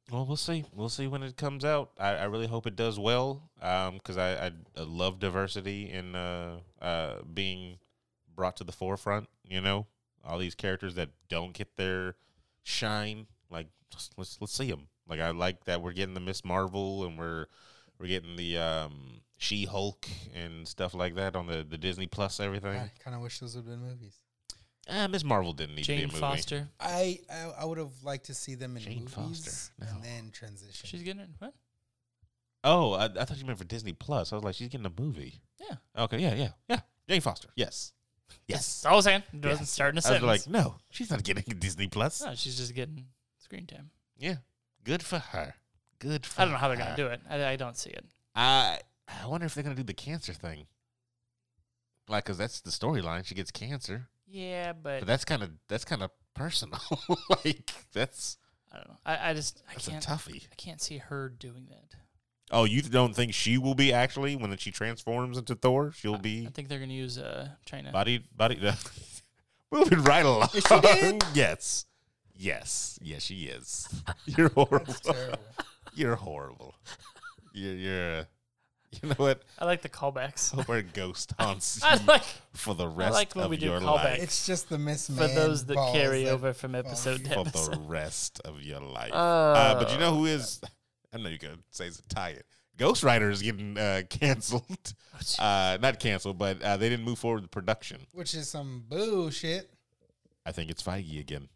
D: Well, we'll see. We'll see when it comes out. I, I really hope it does well, because I, I I love diversity and uh, uh, being brought to the forefront. You know, all these characters that don't get their shine. Like just- let's let's see them. Like I like that we're getting the Miss Marvel and we're we're getting the um, She Hulk and stuff like that on the, the Disney Plus everything.
C: I kind of wish those would have been movies.
D: Ah, Miss Marvel didn't need to be a
B: Jane
D: movie.
B: Foster.
C: I I, I would have liked to see them in
D: Jane
C: movies
D: Foster, no.
C: and then transition.
B: She's
C: (laughs)
B: getting it. What?
D: Oh, I, I thought you meant for Disney Plus. I was like, she's getting a movie.
B: Yeah.
D: Okay. Yeah. Yeah. Yeah. Jane Foster. Yes.
B: That's (laughs)
D: Yes.
B: all I was saying. It
D: Yeah.
B: wasn't starting a
D: I was
B: sentence.
D: like, no, she's not getting (laughs) a Disney Plus.
B: No, she's just getting screen time.
D: Yeah. Good for her. Good for.
B: I don't know how they're
D: Uh,
B: gonna do it. I, I don't see it.
D: I I wonder if they're gonna do the cancer thing. Like, cause that's the storyline. She gets cancer,
B: Yeah, but,
D: but that's kind of that's kind of personal. (laughs) like, that's
B: I don't know. I, I just I
D: that's a
B: can't
D: toughie.
B: I can't see her doing that.
D: Oh, you don't think she will be actually when she transforms into Thor? She'll be
B: I think they're gonna use uh China.
D: Body, body. (laughs) moving right along.
C: Is she dead?
D: (laughs) Yes. Yes. Yes,
B: (laughs)
D: she is. You're horrible.
C: Terrible.
D: You're horrible. You're, you're, uh, you know what?
B: I like the
D: (laughs)
B: callbacks.
D: We're ghost
B: (laughs)
D: haunts
B: I like
D: for the rest
B: like when
D: of
B: we do
D: your
B: callbacks. (laughs)
C: (laughs)
D: life.
C: it's just the Miss
B: for
C: Man
B: those that
C: balls
B: carry
C: that-
B: over from episode to
D: For
B: episode.
D: the rest of your life. Uh, but you know who is? (laughs) I know you're going to say it's a tie it. Ghost Rider is getting uh, (laughs) canceled. Uh, not canceled, but uh, they didn't move forward with production.
C: which is some bullshit.
D: I think it's Feige again.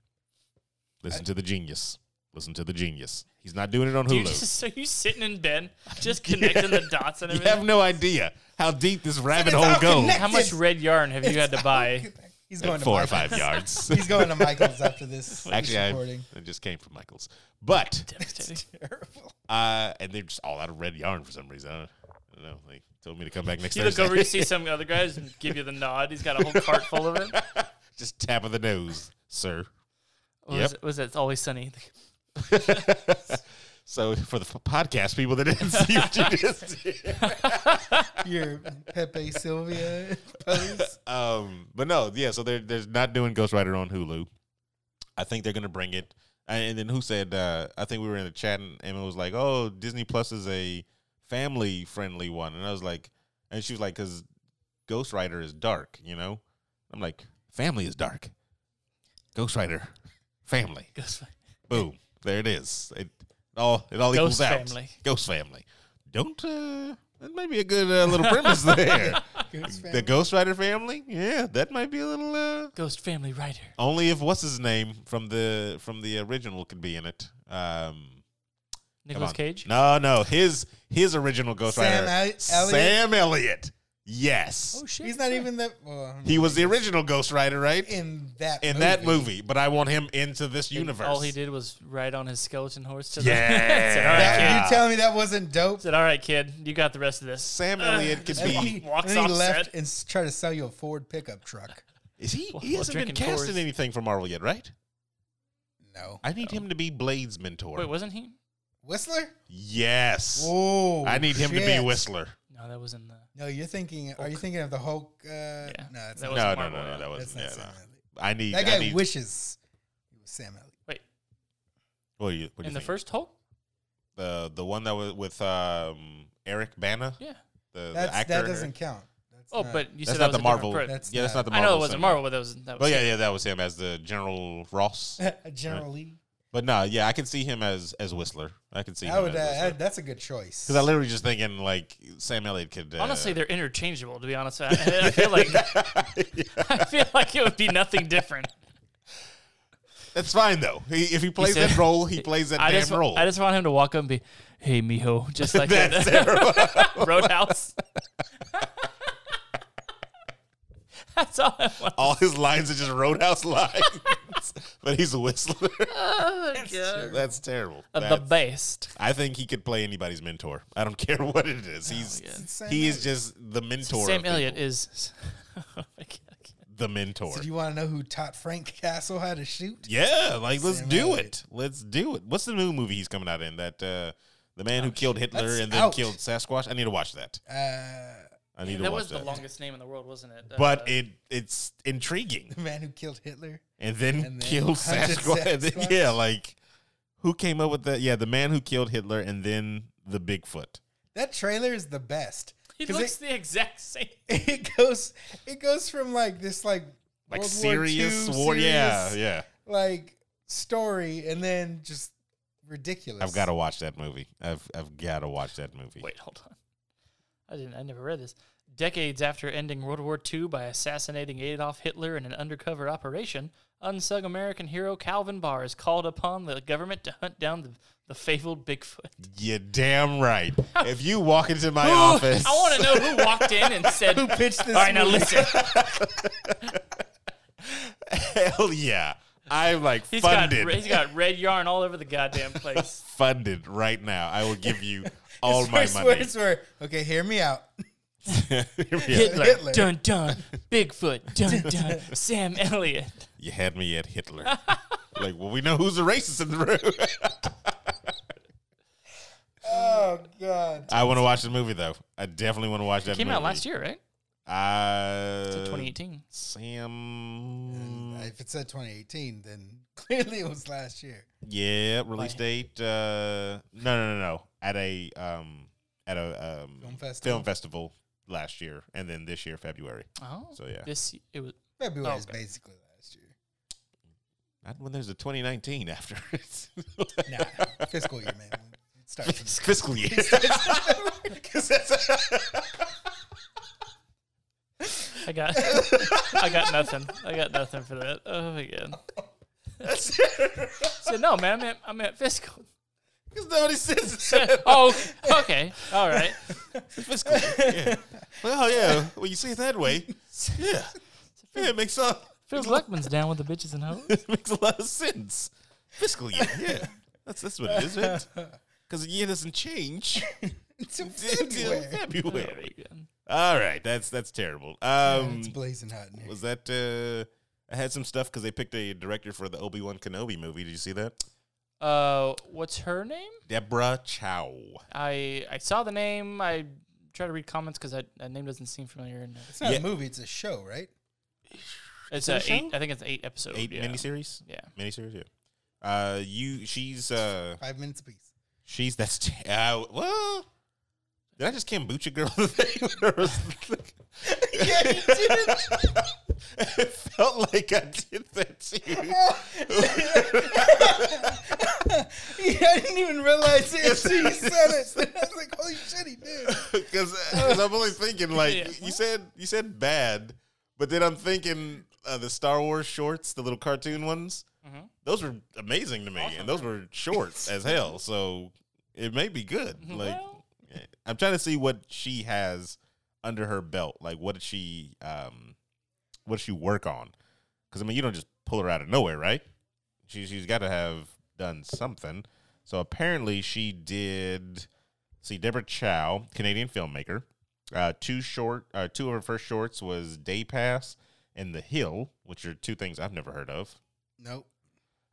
D: Listen to the genius. Listen to the genius. He's not doing it on
B: Do you
D: Hulu.
B: just, so you sitting in
C: (laughs)
B: bed, just connecting the dots and
D: (laughs) you
B: everything.
D: have no idea how deep this rabbit hole
C: all
D: goes.
C: connected.
B: How much red yarn have you had to (laughs) buy?
C: He's
D: Like
C: going to
D: four or
C: Michael's.
D: five yards.
C: He's going to Michael's after this.
D: (laughs) Actually, I,
C: recording.
D: it just came from Michaels. But
B: Devastating.
C: terrible.
D: uh, and they're just all out of red yarn for some reason. I don't, I don't know. They told me to come back
B: (laughs)
D: next
B: You look
D: Thursday.
B: over, you see some other guys give you the nod. He's got a whole cart full
C: (laughs)
B: of it.
D: (laughs) just tap of the nose, sir.
B: What
D: Yep.
B: Was, it was it always sunny?
D: So for the f- podcast people that didn't see what you just did.
C: Your Pepe Sylvia pose.
D: um, but no, yeah. So they're they're not doing Ghost Rider on Hulu. I think they're gonna bring it. And and then who said? Uh, I think we were in the chat, and Emma was like, "Oh, Disney Plus is a family friendly one," and I was like, and she was like, "Cause Ghost Rider is dark, you know." I'm like, "Family is dark. Ghost Rider, family.
B: (laughs) Ghost,
D: Boom. There it is. It all it all
B: Ghost
D: equals out.
B: family.
D: Ghost family. Don't uh that might be a good uh, little
B: (laughs)
D: premise there. the Ghost Rider family? Yeah, that might be a little uh
B: Ghost Family Rider.
D: only if what's his name from the from the original could be in it. Um come
B: Nicholas
D: on.
B: Cage.
D: No, no, his his original Ghost
C: Sam
D: Rider.
C: Al- Elliott?
D: Sam Elliott. Yes.
B: Oh shit.
C: He's not even the. Well,
D: He was the original Ghost Rider, right? In,
C: in that movie.
D: that movie, but I want him into this (laughs) universe.
B: All he did was ride on his skeleton horse to the. (laughs) I said, all right,
D: Yeah.
B: kid.
C: That- You telling me that wasn't dope?
B: said, all right, kid, you got the rest of this.
D: Sam Elliott could
C: And he,
D: be.
B: walks
C: and he
B: off
C: left
B: set.
C: and s- tried to sell you a Ford pickup truck.
D: Is he?
B: While
D: He hasn't been
B: drinking
D: cast in
B: Coors.
D: anything for Marvel yet, right?
C: No,
D: I need him to be Blade's mentor.
B: Wait, wasn't he?
C: Whistler.
D: Yes.
C: Oh,
D: I need him to be
C: shit.
D: Whistler.
B: No, that was in the.
C: No, you're thinking. Are you thinking of the Hulk? Uh,
B: Yeah,
C: No, it's
B: that
C: not.
D: No,
B: wasn't
D: no, no,
B: Marvel,
D: no.
B: yeah.
D: That
C: that's
D: wasn't.
C: not
D: Yeah,
C: Sam
D: no.
C: Elliott.
D: I need.
C: That
D: I
C: guy
D: need,
C: wishes he was Sam Elliott.
B: Wait,
D: What do you, what do you
B: in the
D: think?
B: first Hulk?
D: the the one that was with um, Eric Bana,
B: Yeah.
D: the, the
C: That's,
D: actor.
C: that doesn't count. That's
B: Oh,
C: not-
B: but you
D: that's
B: said that
D: not
B: was
D: the Marvel.
B: That's
C: That's-
D: yeah, that's not the
B: I
D: Marvel.
B: know it wasn't
D: cinema.
B: Marvel, but that was that was.
D: But yeah, yeah, that was him as the General
C: (laughs)
D: Ross.
C: General Lee.
D: but no, yeah, I can see him as as Whistler. I can see
C: I
D: him
C: would. Uh,
D: as
C: that- that's a good choice.
D: because I literally just thinking like Sam Elliott could. Uh,
B: Honestly, they're interchangeable. To be honest, I,
D: (laughs)
B: I feel like (laughs) I feel like it would be nothing different.
D: that's fine though. He, if he plays
B: said-
D: that role, he plays that
B: I
D: damn
B: just wa-
D: role.
B: I just want him to walk up and be, "Hey,
D: (laughs)
B: mijo," just like in
D: that's terrible.
B: (laughs) Roadhouse. That's all I want.
D: All his lines are just Roadhouse (laughs) lines,
B: (laughs)
D: but he's a Whistler. (laughs) that's terrible.
B: Uh, The
D: That's-
B: best.
D: I think he could play anybody's mentor. I don't (laughs) care what it is. He's
B: Oh, yeah.
C: Sam
D: he is just the mentor.
B: Sam
D: of
B: Elliott
D: people.
B: is. (laughs) Oh my God.
D: the mentor.
C: So do you want to know who taught Frank (laughs) Castle how to shoot?
D: yeah, like let's
C: Sam
D: do
C: Elliott.
D: it. Let's do it. What's the new movie he's coming out in? That uh, the man who killed Hitler
C: That's
D: and then
C: out.
D: killed Sasquatch. I need to watch that.
C: Uh,
D: I need to
B: that
D: watch
B: was
D: that.
B: the longest name in the world, wasn't it? Uh,
D: but it it's intriguing.
C: the man who killed Hitler.
D: And then,
C: (laughs) And then
D: killed
C: hunted
D: Sasquatch. And then-
C: Sasquatch.
D: yeah, like who came up with that? Yeah, the man who killed Hitler and then the Bigfoot.
C: That trailer is the best.
B: he
C: 'Cause it-
B: looks the exact same.
C: it (laughs) goes it goes from like this like
D: Like
C: World War
D: serious
C: II,
D: war. Yeah,
C: serious,
D: yeah.
C: like story and then just ridiculous.
D: I've
C: (laughs)
D: got to watch that movie. I've I've got to watch that (laughs) movie.
B: Wait, hold on. I didn't. I never read this. Decades after ending World War II by assassinating Adolf Hitler in an undercover operation, unsung American hero Calvin Barr is called upon the government to hunt down the, the fabled Bigfoot.
D: You're
B: (laughs)
D: damn right. If you walk into my office,
B: I want to know who walked in and said, "Who
C: pitched this
B: All right, now
C: movie?"
B: listen.
D: (laughs) Hell yeah, I'm like
B: He's got
D: funded,
B: re- he's got red yarn all over the goddamn place.
D: funded right now. I will
B: (laughs)
D: give you all
C: His
D: my
C: first
D: money.
C: words were, okay, hear me out.
D: Yeah.
B: Hitler,
C: Hitler.
B: dun dun, Bigfoot, dun dun, Sam Elliott.
D: You had me at
B: (laughs)
D: Hitler. like, well, we know who's the racist in the room.
C: (laughs)
D: (laughs)
C: Oh god.
D: I want to watch the movie though. I definitely want to watch that.
B: Came
D: movie.
B: out last year, right?
D: Uh,
B: So 2018.
D: Sam.
C: If it said 2018, then (laughs) clearly it was last year.
D: Yeah, release date. Uh, no, no, no, no. At a um, at a um,
C: Film festival?
D: film festival last year, and then this year February.
B: Oh,
D: So, yeah.
B: This it was.
C: February is
B: Okay.
C: basically last year.
D: Not when there's a 2019 after (laughs) It's
C: Nah, fiscal year, man. It
D: (laughs)
C: starts in-
D: fiscal year.
C: (laughs)
D: 'Cause that's-
B: I got. (laughs) I got nothing. I got nothing for that. Oh my god. so no, man. I'm at, I'm at fiscal.
D: 'cause nobody says it's
B: Oh, okay. All right.
D: fiscal. year. Yeah. Well, yeah. When you say it that
C: (laughs)
D: way, yeah, yeah, it makes a (laughs)
B: Feels Luckman's down with the bitches and hoes.
D: it makes a lot of sense. Fiscal year. Yeah, that's that's what it is,
C: (laughs)
D: right? Because the year doesn't change
C: it's (laughs) in
D: until
C: February.
D: February.
B: Very good.
D: All right, that's that's terrible. Um,
C: it's blazing hot in here.
D: was that? Uh, I had some stuff because they picked a director for the Obi Wan Kenobi movie. Did you see that?
B: Uh, what's her name?
D: Deborah Chow.
B: I I saw the name. I try to read comments because that name doesn't seem familiar. And
C: It's not
D: Yeah.
C: a movie, it's a show, right?
B: it's
D: it
B: uh,
D: a show?
B: eight. I think it's eight episodes.
D: Eight
B: Oh, yeah.
D: miniseries.
B: Yeah.
D: miniseries. Yeah. Uh, you. She's. Uh,
C: Five minutes apiece.
D: (laughs) she's. That's. T- uh, well. Did I just kombucha girl (laughs) the thing? (laughs) When I was-
C: yeah, you did.
D: it felt like I did that too.
C: Yeah, (laughs) I didn't even realize it until you said it. (laughs) I was like, holy shit, he
D: (laughs)
C: did.
D: Because uh, I'm only thinking
B: (laughs)
D: like
B: Yeah.
D: you said. You said bad, but then I'm thinking uh, the Star Wars shorts, the little cartoon ones.
B: Mm-hmm.
D: Those were amazing to me, and those were shorts as hell.
B: (laughs)
D: So it may be good. Like
B: Well-
D: I'm trying to see what she has under her belt? Like, what did she, um, what did she work on? Because I mean, you don't just pull her out of nowhere, right? She she's got to have done something. So apparently, she did. See, Deborah Chow, Canadian filmmaker. Uh, two short, uh, two of her first shorts was Day Pass and The Hill, which are two things I've never heard of.
C: Nope.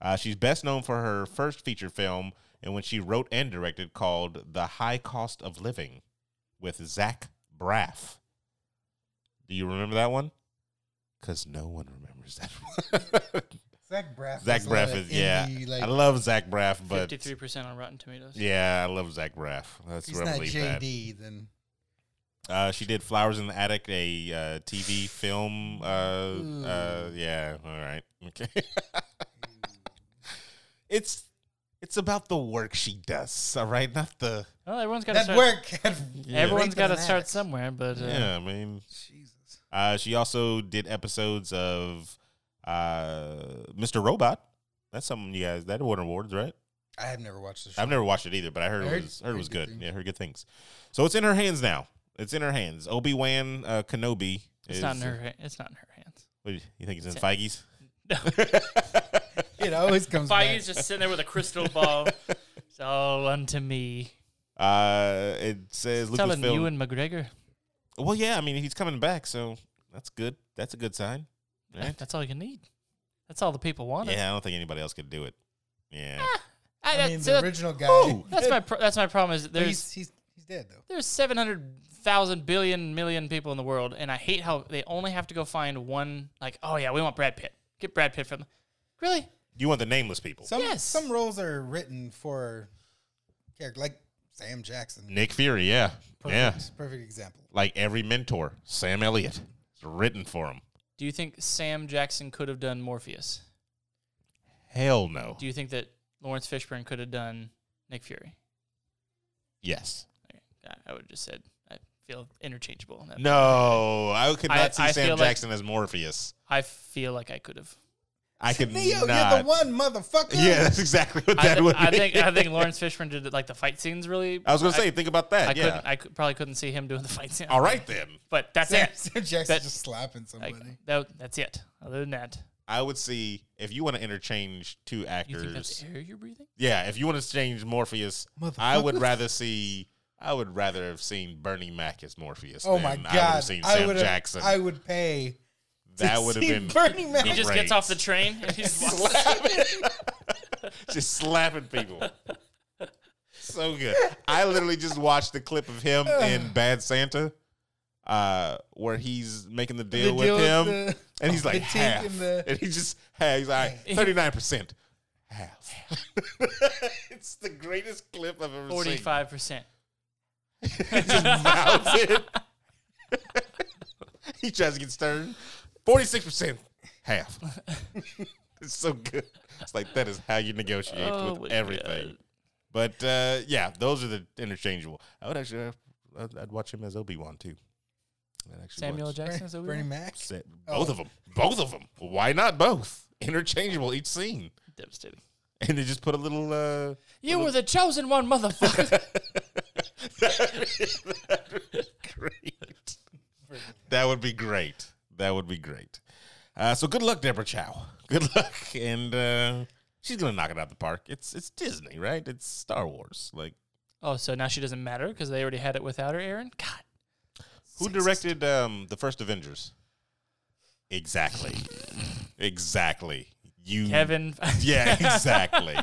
D: Uh, she's best known for her first feature film and when she wrote and directed called The High Cost of Living with Zach Braff. Do you remember that one? Because no one remembers that (laughs) one.
C: Zach Braff.
D: Zach
C: is like
D: Braff
C: an
D: is, yeah.
C: indie,
D: I
C: like,
D: love Zach Braff, but.
B: Fifty-three percent on Rotten Tomatoes.
D: Yeah, I love Zach Braff. That's
C: he's
D: where I
C: not
D: believe that.
C: JD. Then
D: Uh, she did Flowers in the Attic, a uh, TV film. Uh, uh, yeah, all right, okay. (laughs) it's it's about the work she does. All right, not the
B: Well, everyone's got to
C: that
B: start.
C: work. (laughs)
B: Everyone's
C: Raping
B: got to
C: an
B: start
C: addict.
B: somewhere, but uh,
D: yeah. I mean,
C: Jesus.
D: uh, she also did episodes of uh, Mr. Robot. That's something you guys that won awards, right?
C: I have never watched the show.
D: I've never watched it either, but I heard,
C: I heard-
D: it was heard it
C: heard
D: was
C: good
D: good.
C: things.
D: Yeah, I heard good things. So it's in her hands now. It's in her hands. Obi Wan uh, Kenobi.
B: it's
D: is,
B: not in her. ha- It's not in her hands.
D: What do you, you think it's in Feige's?
C: It (laughs) always comes back.
B: Feige's just sitting there with a crystal
C: (laughs)
B: ball. It's all unto me.
D: (laughs) Uh, it says
B: telling
D: Lucasfilm.
B: you and McGregor.
D: well, yeah, I mean he's coming back, so that's good. That's a good sign, right?
B: That's all you need. That's Ah. all the people wanted.
D: yeah, I don't think anybody else could do it. Yeah,
B: I,
C: I mean,
B: that's,
C: the
B: that-
C: original guy.
D: Ooh.
B: that's my pro- that's my problem. Is that
C: But
B: there's
C: he's, he's he's dead though.
B: there's seven hundred thousand billion million people in the world, and I hate how they only have to go find one. Like, oh yeah, we want Brad Pitt. Get Brad Pitt from. Really?
D: you want the nameless people.
C: Some
B: Yes.
C: some roles are written for character like Sam Jackson.
D: Nick Fury, yeah,
C: Perfect,
D: yeah,
C: perfect example.
D: like every mentor, Sam Elliott, it's written for him.
B: Do you think Sam Jackson could have done Morpheus?
D: Hell no.
B: Do you think that Lawrence Fishburne could have done Nick Fury?
D: yes.
B: Okay. I- I would have just said I feel interchangeable. on that.
D: No, I could not
B: I-
D: see
B: I feel
D: Sam
B: like-
D: Jackson as Morpheus.
B: I feel like I could have.
D: I could
C: Neo,
D: not.
C: you're the one, motherfucker.
D: (laughs) Yeah, that's exactly what
B: I,
D: (laughs) that
B: thi-
D: would be.
B: I think I think Lawrence Fishburne did like the fight scenes really.
D: (laughs) I was gonna say, think about that.
B: I
D: yeah.
B: couldn't. I could, probably couldn't see him doing the fight scene.
D: All right then.
B: but that's
C: (laughs) Sam,
B: it.
C: Sam Jackson
B: That-
C: just slapping somebody.
B: Like, that, that's it. Other than that,
D: I would see if you want to interchange two
B: you think that's
D: actors.
B: air you're breathing?
D: Yeah, if you want to change Morpheus, I would rather see. I would rather have seen Bernie Mac as Morpheus.
C: oh
D: than
C: my
D: I would
C: god!
D: have seen Sam
C: would've-
D: Jackson.
C: I would pay.
D: that would have
C: see
D: been
C: Bernie Mac.
B: He just
D: great.
B: gets off the train and
D: (laughs)
B: he's walks.
D: just slapping people. So good. I literally just watched the clip of him in Bad Santa, uh, where he's making the deal with
C: deal with
D: him,
C: the-
D: and he's
C: the
D: like
C: tink
D: half,
C: and
D: and,
C: the-
D: he just has like thirty nine percent, half. (laughs) it's the greatest clip I've ever seen.
B: forty-five percent.
D: just mouths it. (laughs) he tries to get stern. Forty six percent, half. (laughs) it's so good. It's like that is how you negotiate
B: Oh
D: with
B: my
D: everything. But uh, yeah, those are the interchangeable. I would actually, have- I'd, I'd watch him as Obi Wan too. I'd actually
B: Samuel
D: watch-
B: Jackson is over
C: Bernie Mac.
D: Sa- Both of them. Both of them. Why not both? Interchangeable each scene,
B: Devastating.
D: and they just put a little. Uh,
B: You were the chosen one, motherfucker. (laughs)
D: great. That would be great. That would be great. Uh, so good luck, Deborah Chow. (laughs) Good luck, and uh, she's gonna knock it out the park. It's it's Disney, right? It's Star Wars. Like
B: oh, so now she doesn't matter because they already had it without her, Aaron. God,
D: who directed um, the first Avengers? Exactly, exactly. You
B: Kevin. (laughs)
D: (laughs) Yeah, exactly.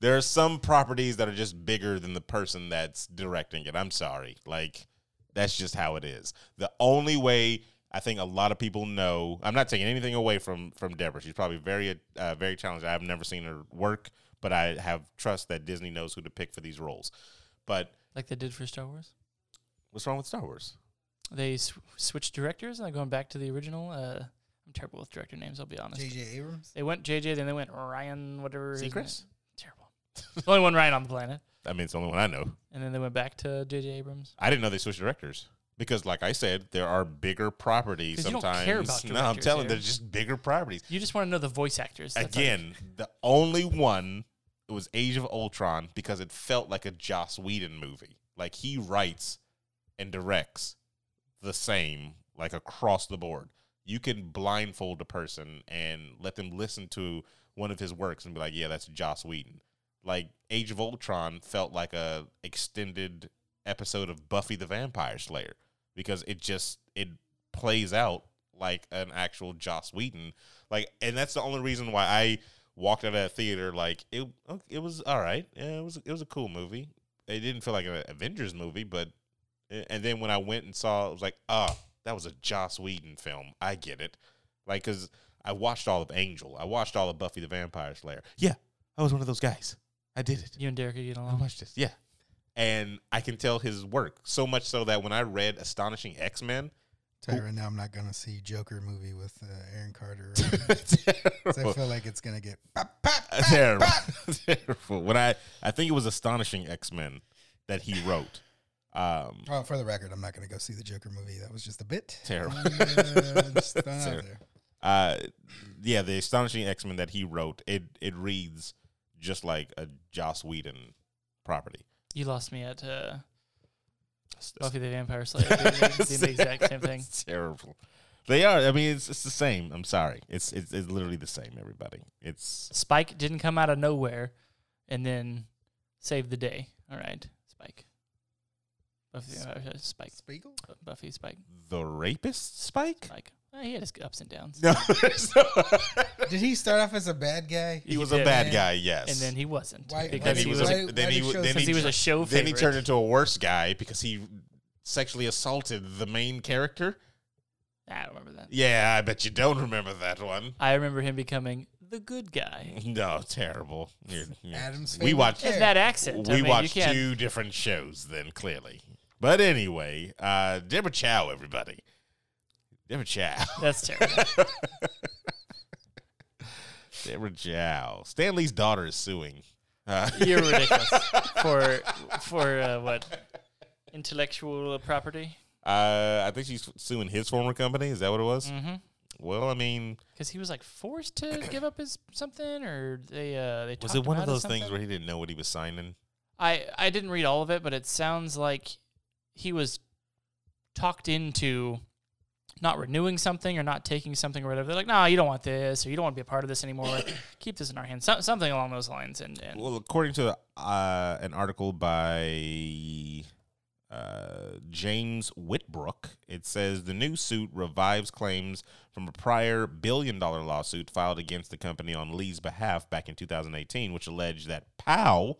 D: there are some properties that are just bigger than the person that's directing it. I'm sorry. Like, that's just how it is. The only way I think a lot of people know, I'm not taking anything away from from Deborah. She's probably very uh, very challenged. I've never seen her work, but I have trust that Disney knows who to pick for these roles. But
B: like they did for Star Wars.
D: what's wrong with Star Wars?
B: They sw- switched directors and they're going back to the original. Uh, I'm terrible with director names. I'll be honest.
C: J.J. Abrams.
B: They went JJ, then they went Ryan, whatever. his name-
D: Seacrest?
B: Terrible. (laughs) There's only one Ryan on the planet.
D: I mean, it's the only one I know.
B: And then they went back to JJ Abrams.
D: I didn't know they switched directors because, like I said, there are bigger properties
B: 'Cause you don't
D: sometimes.
B: care about
D: no, I'm
B: directors,
D: telling
B: Eric.
D: there's just bigger properties.
B: You just want to know the voice actors. That's all you-
D: Again, the only one it was Age of Ultron because it felt like a Joss Whedon movie. Like he writes and directs the same, like across the board. You can blindfold a person and let them listen to one of his works and be like, "Yeah, that's Joss Whedon." Like Age of Ultron felt like a extended episode of Buffy the Vampire Slayer because it just it plays out like an actual Joss Whedon. Like, and that's the only reason why I walked out of that theater like it. It was all right. Yeah, it was it was a cool movie. It didn't feel like an Avengers movie, but eh, and then when I went and saw, it was like, ah, that was a Joss Whedon film. I get it. Like, cause I watched all of Angel. I watched all of Buffy the Vampire Slayer. Yeah, I was one of those guys. I did it.
B: You and Derek are getting
D: I
B: along.
D: watched this. Yeah. And I can tell his work so much so that when I read Astonishing X Men,
C: Tell you right now, I'm not gonna see Joker movie with uh, Aaron Carter.
D: (laughs)
C: 'Cause I
D: terrible,
C: feel like it's gonna get. (laughs)
D: (laughs) terrible, (laughs) terrible. When I I think it was Astonishing X Men that he wrote. Um,
C: Oh, for the record, I'm not gonna go see the Joker movie. That was just a bit
D: Terrible. (laughs)
C: Uh, just throwing it out
D: Terrible.
C: there.
D: uh, yeah, the Astonishing X Men that he wrote it it reads just like a Joss Whedon property.
B: You lost me at uh, Buffy the
D: (laughs)
B: Vampire Slayer. They made- they made the exact same (laughs) thing.
D: It's terrible. They are. I mean, it's it's the same. I'm sorry. It's it's, it's literally the same. Everybody. It's
B: Spike didn't come out of nowhere and then save the day. All right, Spike. Buffy, the Vampire Slayer, Spike,
C: Spiegel?
B: Buffy, Spike,
D: the rapist Spike.
B: Spike. Uh, he had his ups and downs,
D: (laughs) No, there's no-
B: (laughs)
C: Did he start off as a bad guy?
D: he was
B: did.
D: a bad
C: And-
D: guy. Yes,
B: and then he wasn't
C: Why-
B: because
C: why-
B: he was a,
C: why-
D: then he
C: did shows
D: w- then
B: because he was a show
D: then he
B: favorite.
D: turned into a worse guy because he sexually assaulted the main character.
B: I don't remember that.
D: Yeah, I bet you don't remember that one.
B: I remember him becoming the good guy.
D: No, terrible. You're- you're-
C: Adam's
D: we
C: favorite
D: watched
B: It's that accent.
D: we
B: I mean,
D: watched
B: you can't,
D: two different shows then clearly. But anyway, uh, Deborah Chow, everybody. Deborah Chow. (laughs)
B: That's terrible.
D: Deborah Chow. Stanley's daughter is suing. Uh, (laughs)
B: You're ridiculous for for uh, what intellectual property?
D: uh, I think she's suing his former company. Is that what it was?
B: Mm-hmm.
D: Well, I mean,
B: Because he was like forced to give up his something, or they uh, they
D: was
B: talked
D: it one
B: him
D: of
B: out
D: those things
B: something?
D: where he didn't know what he was signing?
B: I I didn't read all of it, but it sounds like he was talked into not renewing something or not taking something or whatever. They're like, "Nah, you don't want this, or you don't want to be a part of this
D: (coughs)
B: anymore. Keep this in our hands." So, something along those lines. And, and
D: Well, according to uh, an article by uh, James Whitbrook, it says the new suit revives claims from a prior billion dollar lawsuit filed against the company on Lee's behalf back in 2018, which alleged that POW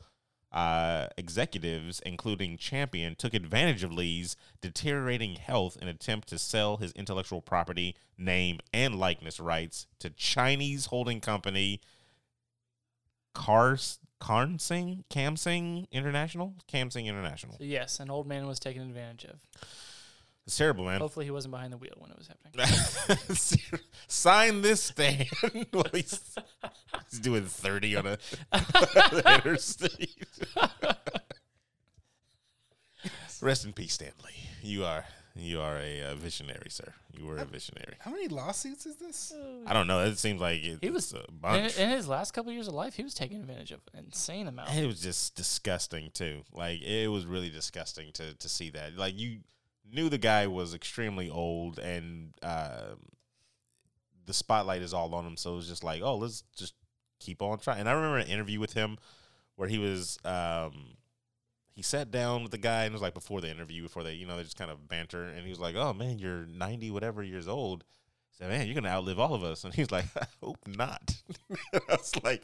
D: uh, executives, including Champion, took advantage of Lee's deteriorating health in an attempt to sell his intellectual property, name, and likeness rights to Chinese holding company Cars Carnsing Camsing International Camsing International.
B: so yes, an old man was taken advantage of.
D: It's terrible, man.
B: Hopefully, he wasn't behind the wheel when it was happening.
D: (laughs) Sign this stand. (laughs) Well, he's, he's doing thirty on a (laughs) the interstate. (laughs) Rest in peace, Stanley. You are you are a uh, visionary, sir. You were a visionary.
C: How many lawsuits is this?
D: I don't know. It seems like it,
B: He was
D: it's a
B: in,
D: bunch.
B: in his last couple years of life. He was taken advantage of an insane amount.
D: it was just disgusting too. Like it was really disgusting to to see that. Like you knew the guy was extremely old, and uh, the spotlight is all on him. So it was just like, oh, let's just keep on trying. And I remember an interview with him where he was. Um, he sat down with the guy and it was like before the interview, before they, you know, they just kind of banter. And he was like, "Oh man, you're ninety whatever years old." He said, "Man, you're gonna outlive all of us." And he's like, (laughs) "I hope not." (laughs) I was like,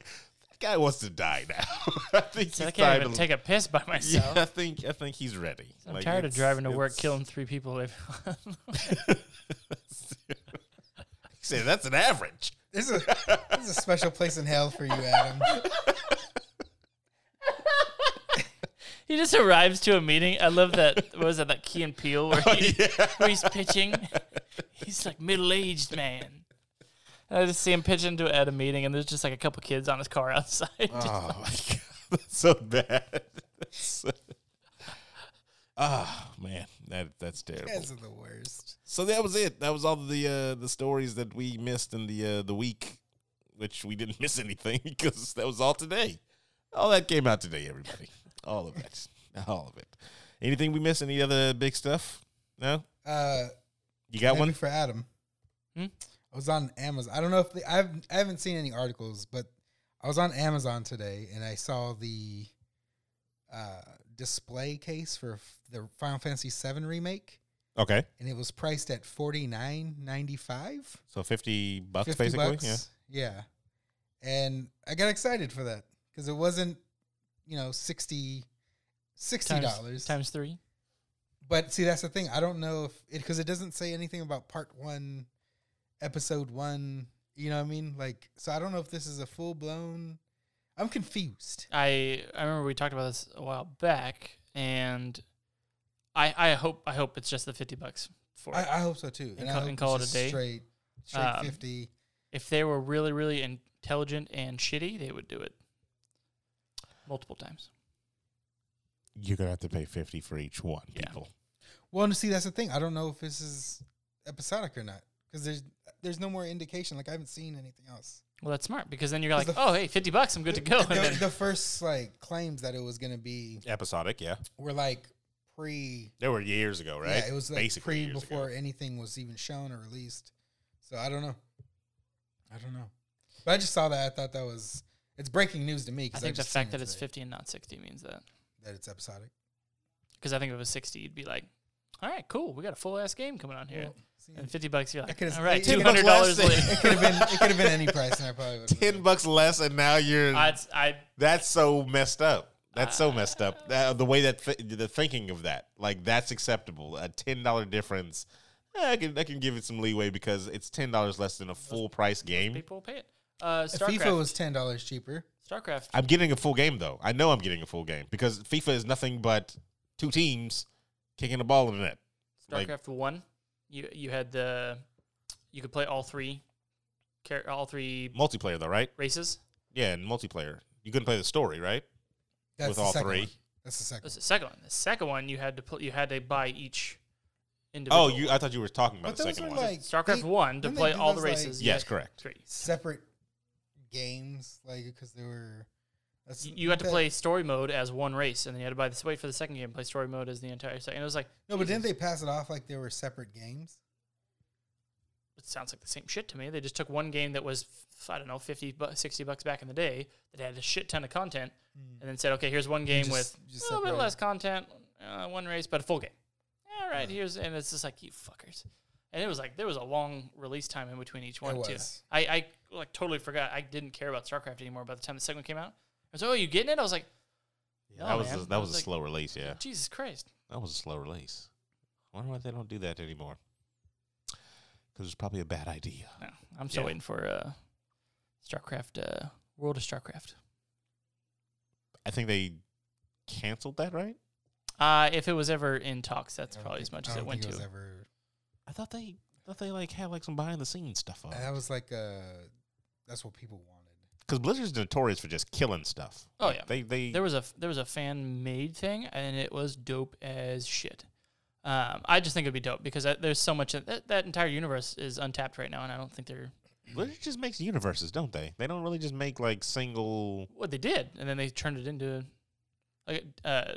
D: "That guy wants to die now." (laughs) I think
B: So I can't
D: he's tired
B: even
D: of-
B: take a piss by
D: (laughs) Yeah,
B: myself.
D: I think I think he's ready.
B: I'm
D: Like,
B: tired of
D: it's-
B: driving to work,
D: it's-
B: killing three people. every-
D: He said, "That's
B: (laughs)
D: an average."
C: This is, a, this is a special place in hell for you, Adam.
B: he just arrives to a meeting. I love that. What was that? That Key and Peele where, he, where he's pitching. He's like middle aged man. And I just see him pitching to at a meeting, and there's just like a couple kids on his car outside. (laughs) Just-
D: (laughs) Oh my god, that's so bad. (laughs) That's
B: (laughs)
D: so- Ah man, that that's terrible.
C: Guys are the worst.
D: So that was it. That was all the uh, the stories that we missed in the uh, the week, which we didn't (laughs) miss anything because that was all today. All that came (laughs) out today, everybody. All of it. All of it. Anything we missed? Any other big stuff? No,
C: Uh,
D: you got
C: maybe
D: one.
C: for Adam.
B: Hmm?
C: I was on Amazon. I don't know if the, I've I haven't seen any articles, but I was on Amazon today and I saw the uh, display case for f- the Final Fantasy VII remake,
D: Okay,
C: and it was priced at forty nine ninety five.
D: so fifty bucks basically. Yeah.
C: Yeah. And I got excited for that because it wasn't, you know, 60 $60.
B: times, times three.
C: But see, that's the thing. I don't know if it because it doesn't say anything about part one, episode one. You know what I mean? Like, so I don't know if this is a full blown. I'm confused.
B: I I remember we talked about this a while back, and I I hope I hope it's just the fifty bucks for
C: I,
B: it.
C: I hope so too.
B: And ca-
C: I hope
B: and
C: it's
B: call it a
C: just
B: day.
C: Straight, straight
B: Um,
C: fifty.
B: if they were really really intelligent and shitty, they would do it multiple times.
D: You're gonna have to pay fifty for each one.
B: Yeah.
D: People.
C: Well, and see, that's the thing. I don't know if this is episodic or not because there's there's no more indication. Like, I haven't seen anything else.
B: Well, that's smart because then you're like,
C: the-
B: oh hey, fifty bucks, I'm good to
C: (laughs)
B: go. And
C: The,
B: then,
C: the first like claims that it was gonna be
D: Episodic. Yeah,
C: were like pre
D: they were years ago, right?
C: Yeah, it was like
D: Basically
C: pre
D: years ago.
C: before anything was even shown or released. So I don't know. I don't know. But I just saw that. I thought that was it's breaking news to me.
B: I
C: 'cause
B: think the
C: just seen
B: fact
C: it
B: that it's
C: today,
B: fifty and not sixty means that
C: that
B: (laughs)
C: it's episodic.
B: because I think if it was sixty, you'd be like, all right, cool, we got a full ass game coming on here.
C: Well, see,
B: and fifty bucks, you're
C: I
B: like,
C: could've-
B: all right,
C: it
B: two
C: could've
B: hundred dollars
D: been less
B: later. (laughs)
C: (laughs)
D: than-
C: it could have been it could have been any price, and I probably would.
D: ten bucks less, and now you're
B: I'd, I'd
D: That's so messed up. That's so messed
B: Ah.
D: up. That, the way that th- the thinking of that, like that's acceptable. A ten dollar difference, eh, I can I can give it some leeway because it's ten dollars less than a full price game.
B: people pay it. Uh, (laughs)
C: If
B: Starcraft.
C: FIFA was ten dollars cheaper.
B: Starcraft.
D: I'm getting a full game though. I know I'm getting a full game because FIFA is nothing but two teams kicking the ball in the net.
B: StarCraft
D: Like-
B: One, you you had the you could play all three, char- all three
D: Multiplayer though, right?
B: races.
D: Yeah, and multiplayer. You couldn't play the story, right?
C: That's
D: With
C: the
D: all
C: second
D: three.
C: one. That's the second.
B: That's the second one. The second one you had to pl- you had to buy each. Individual.
D: Oh, you. I thought you were talking about
C: But
D: the
C: those
D: second
C: are
D: one.
C: like
B: StarCraft
C: they-
B: One to
C: didn't they
B: play
C: do
B: all the
C: those, like,
B: races. you
D: yes,
B: had
D: correct.
B: Three.
C: Separate games, like because they were. That's,
B: You, you had to
C: that-
B: play story mode as one race, and then you had to buy this. Wait for the second game. Play story mode as the entire second. And it was like
C: No, but didn't they pass it off like they were separate games?
B: it sounds like the same shit to me. They just took one game that was, f- I don't know, 50 bu- 60 bucks back in the day that had a shit ton of content and then said, okay, here's one game
C: Hmm. just-
B: with
C: just
B: a little bit
C: separate
B: less content, uh, one race, but a full game. All right, here's, and it's just like, you fuckers. And it was like, there was a long release time in between each one, too.
C: was.
B: I, I like totally forgot. I didn't care about StarCraft anymore by the time the second one came out. I was like, oh, you getting it? I was like, no,
D: that was
B: man.
D: a,
B: I
D: that was a
B: like,
D: slow release. Yeah.
B: Jesus Christ.
D: That was a slow release. I wonder why they don't do that anymore. Because it's probably a bad idea.
B: No, I'm still
D: Yeah.
B: waiting for uh, StarCraft, uh, World of StarCraft.
D: I think they canceled that, right?
B: Uh, if it was ever in talks, that's
C: I don't
B: probably
C: think-
B: as much
C: I
B: as it
C: don't
B: went
C: think
B: to.
C: was ever
D: I thought they thought they like had like some behind the scenes stuff on.
C: And That was like uh that's what people wanted.
D: Because Blizzard's notorious for just killing stuff.
B: Oh,
D: Like,
B: yeah.
D: they they
B: There was a there was a fan made thing, and it was dope as shit. Um, I just think it'd be dope because I, there's so much that that entire universe is untapped right now, and I don't think they're
D: Blizzard just makes universes, don't they? They don't really just make like single.
B: what they did, and then they turned it into like uh,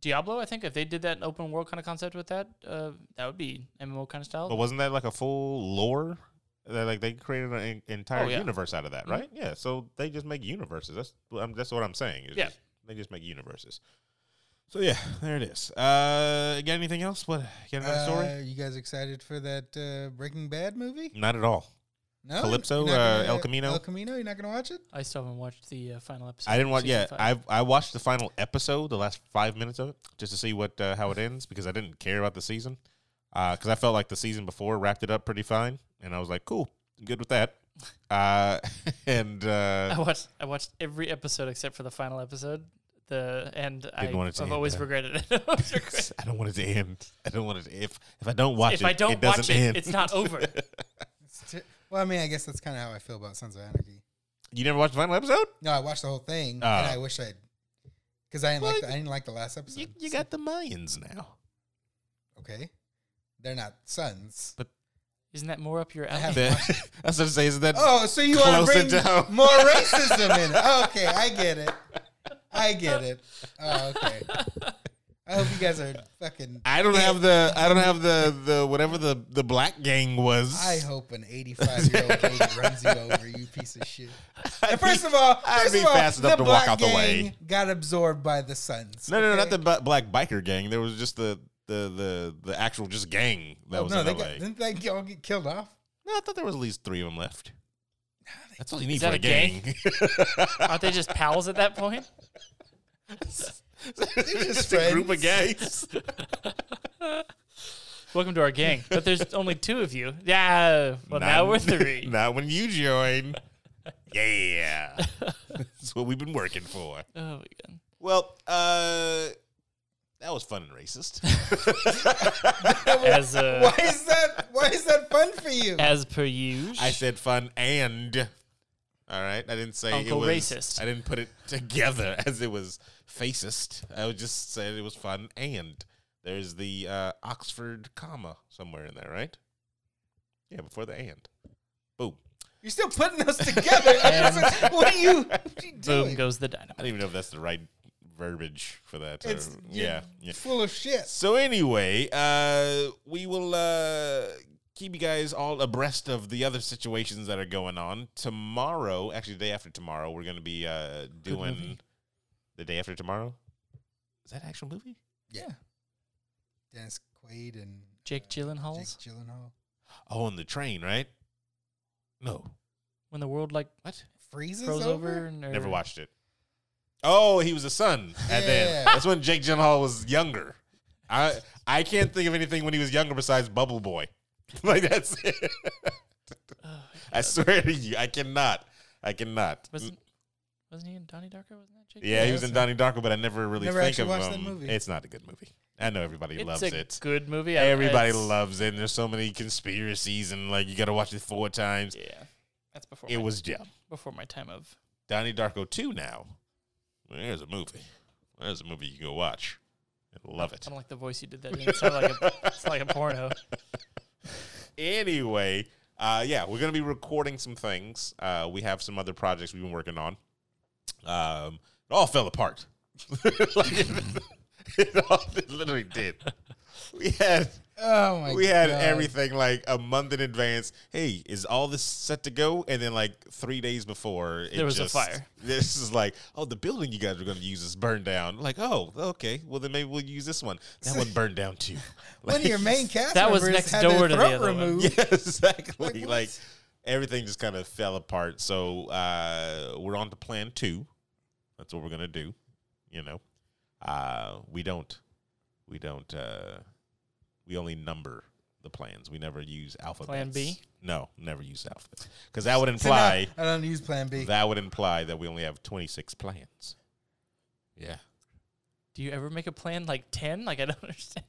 B: Diablo. I think if they did that open world kind of concept with that, uh, that would be MMO kind of style.
D: But wasn't that like a full lore? That, like they created an en- entire
B: Oh, yeah.
D: universe out of that,
B: Mhm.
D: right? Yeah. So they just make universes. That's well, I'm, that's what I'm saying. is
B: Yeah.
D: just- they just make universes. So yeah, there it is. Uh, you got anything else? What? You got another story?
C: Uh, you guys excited for that uh, Breaking Bad movie?
D: Not at all.
C: No.
D: Calypso,
C: You're not gonna-
D: uh, El Camino?
C: El Camino, you're not going to watch it?
B: I still haven't watched the uh, final episode.
D: I didn't
B: of
D: watch.
B: season
D: Yeah,
B: five.
D: I I watched the final episode, the last five minutes of it, just to see what uh, how it ends because I didn't care about the season, because I felt like the season before wrapped it up pretty fine, and I was like, cool, good with that. Uh, (laughs) and
B: I
D: uh,
B: watched I watched every episode except for the final episode. The and I,
D: want it to
B: I've
D: end
B: always
D: there.
B: regretted it. (laughs) I always regret-
D: I don't want it to end. I don't want it to, if if I don't watch
B: if
D: it,
B: I don't
D: it doesn't
B: watch it,
D: end.
B: it's not
D: (laughs)
B: over.
C: It's t- well, I mean, I guess that's kind of how I feel about Sons of Anarchy.
D: you never watched the final episode.
C: No, I watched the whole thing,
D: Oh.
C: and I wish I'd. Because I, didn't like
D: Well,
C: the- I didn't like the last episode.
D: You, you got the Mayans now.
C: Okay. They're not sons.
B: Isn't that more up your alley?
C: have-
D: That, (laughs) I was gonna say, isn't that?
C: Oh, so you want to
D: Close
C: bring
D: it down.
C: (laughs) more racism in it? Okay, I get it. I get it. Oh, okay. I I hope you guys are fucking.
D: I don't have the I don't have the the whatever the the black gang was.
C: I hope an 85 year
D: (laughs)
C: old lady runs you over, you piece of shit. And first of all,
D: I'd
C: first
D: be
C: of all,
D: fast enough
C: the
D: to walk
C: black
D: out the way.
C: gang Got absorbed by the Suns.
D: no, no, no,
C: okay?
D: not the bu- black biker gang. There was just the the the the actual just gang that
C: Oh,
D: was
C: no,
D: in
C: they
D: LA.
C: got, didn't they all get killed off?
D: no, I thought there was at least three of them left. That's all you need
B: Is
D: for
B: that
D: a,
B: a
D: gang. (laughs)
B: gang? Aren't they just pals at that point?
D: just a group of guys.
B: Welcome to our gang. But there's only two of you. Yeah. Well, now
D: Not-
B: we're
D: (laughs)
B: three.
D: not when
B: (laughs)
D: you join. Yeah, that's what we've been working for.
B: Oh my god.
D: Well, uh, that was fun and racist.
B: (laughs) As
D: (laughs)
B: uh,
C: Why is that? Why is that fun for you?
B: as per usual.
D: I said fun and. All right, I didn't say
B: Uncle
D: it was.
B: racist.
D: I didn't put it (laughs) together as it was facist. I would just said it was fun and. There's the uh, Oxford comma somewhere in there, right? Yeah, before the and. Boom.
C: You're still putting those
D: (laughs)
C: together. I'm just like, (laughs) what are you, what are you
B: Boom
C: doing?
B: goes the
D: I
B: dynamite.
D: don't even know if that's the right verbiage for that. or-
C: It's
D: yeah,
C: yeah,
D: yeah.
C: full of shit.
D: So anyway, uh, we will uh, keep you guys all abreast of the other situations that are going on tomorrow. Actually, the day after tomorrow, we're going to be uh, doing
B: movie.
D: the day after tomorrow. Is that an actual movie?
C: Yeah. Dennis Quaid and
B: Jake
C: Jake
B: Gyllenhaal's
C: Gyllenhaal.
D: Oh, on the train, right? No,
B: when the world like
D: what?
C: Freezes
B: froze
C: over.
B: over. and
D: Never watched it. Oh, he was a son at
C: Yeah.
D: then. That's when Jake Gyllenhaal was younger. I I can't think of anything when he was younger besides Bubble Boy. (laughs) Like that's it.
C: Oh,
D: I swear to you, I cannot. I cannot.
B: Wasn't wasn't he in Donnie Darko? Wasn't that Jake?
D: yeah, he was in Donnie Darko, but I never really
C: Never
D: think
C: actually
D: of
C: watched that
D: him.
C: movie.
D: It's not a good movie. I know everybody
B: It's
D: loves
B: a
D: it.
B: good movie. I-
D: Everybody
B: it's-
D: loves it. And there's so many conspiracies and like you got to watch it four times.
B: Yeah, that's before
D: It
B: my,
D: was yeah.
B: before my time of.
D: Donnie Darko 2 now. There's a movie. There's a movie you can go watch. I love it.
B: I don't like the voice you did
D: (laughs)
B: that. in. It sounded like a, it's like a porno.
D: Anyway, uh, yeah, we're going to be recording some things. Uh, we have some other projects we've been working on. Um, it all fell apart. (laughs) like (laughs) it, it all it literally did. We had
C: Oh my
D: we had
C: God.
D: everything like a month in advance. Hey, is all this set to go? And then like three days before, it
B: There was a
D: just-
B: fire.
D: (laughs) This is like, oh, the building you guys were going to use is burned down. Like, oh, okay. Well, then maybe we'll use this one. That one burned down too.
C: One of your
D: (laughs)
C: main cast
B: That was next
C: members had
B: door to
C: their
B: the
C: throat
B: other one.
C: removed.
D: Yeah, exactly.
C: Like,
D: Like,
C: what?
D: everything just kind of fell apart. So uh, we're on to plan two. That's what we're gonna do. You know, uh, we don't, we don't, uh, we only number the plans. We never use alphabets.
B: B?
D: No, never use alphabets because that would
C: So now
D: imply
C: I don't use Plan B.
D: that would imply that we only have twenty six plans. Yeah.
B: Do you ever make a plan like ten? Like I don't (laughs) understand.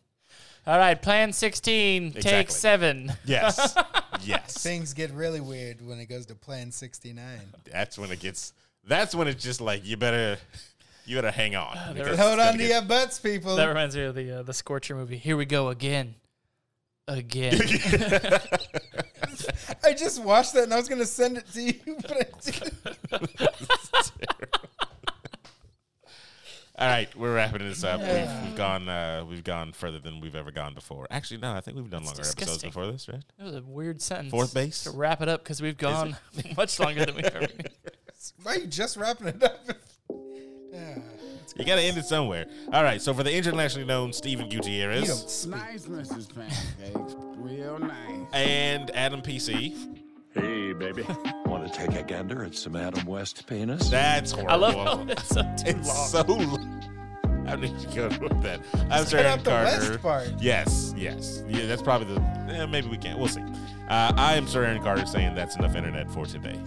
B: All right, plan sixteen, take
D: Exactly.
B: seven.
D: Yes. yes.
C: Things get really weird when it goes to Plan 69.
D: that's when it gets that's when it's just like you better you better hang on because (laughs) it's
C: Hold
D: gonna
C: on to
D: get-
C: your butts, people.
B: That reminds me of the uh, the Scorcher movie. Here we go again, again.
D: (laughs)
C: I just watched that and I was going to send it to you, (laughs) but I didn't.
D: all right we're wrapping this up we've, we've gone uh, we've gone further than we've ever gone before actually no i think we've done longer episodes
B: disgusting.
D: before this right
B: That was a weird sentence.
D: Fourth base?
B: To wrap it up because we've gone (laughs) much longer than we
D: (laughs)
B: ever.
C: Why are you just wrapping it up?
D: you gotta end it somewhere all right so for the internationally known steven
C: You
D: gutierrez
C: don't speak.
E: Nice, Mrs. Pancakes. Real nice.
D: and adam pc
F: Hey, baby. Want to take a gander at some Adam West penis?
D: that's horrible
B: I love how (laughs) it's so too
D: (laughs) it's
B: long.
D: so long. How did you go with that? I'm
C: cut
D: sorry,
C: out the
D: Carter.
C: West part.
D: Yes, yes. Yeah, that's probably the. Eh, maybe we can't. We'll see. Uh, I am Sir Aaron Carter saying that's enough internet for today.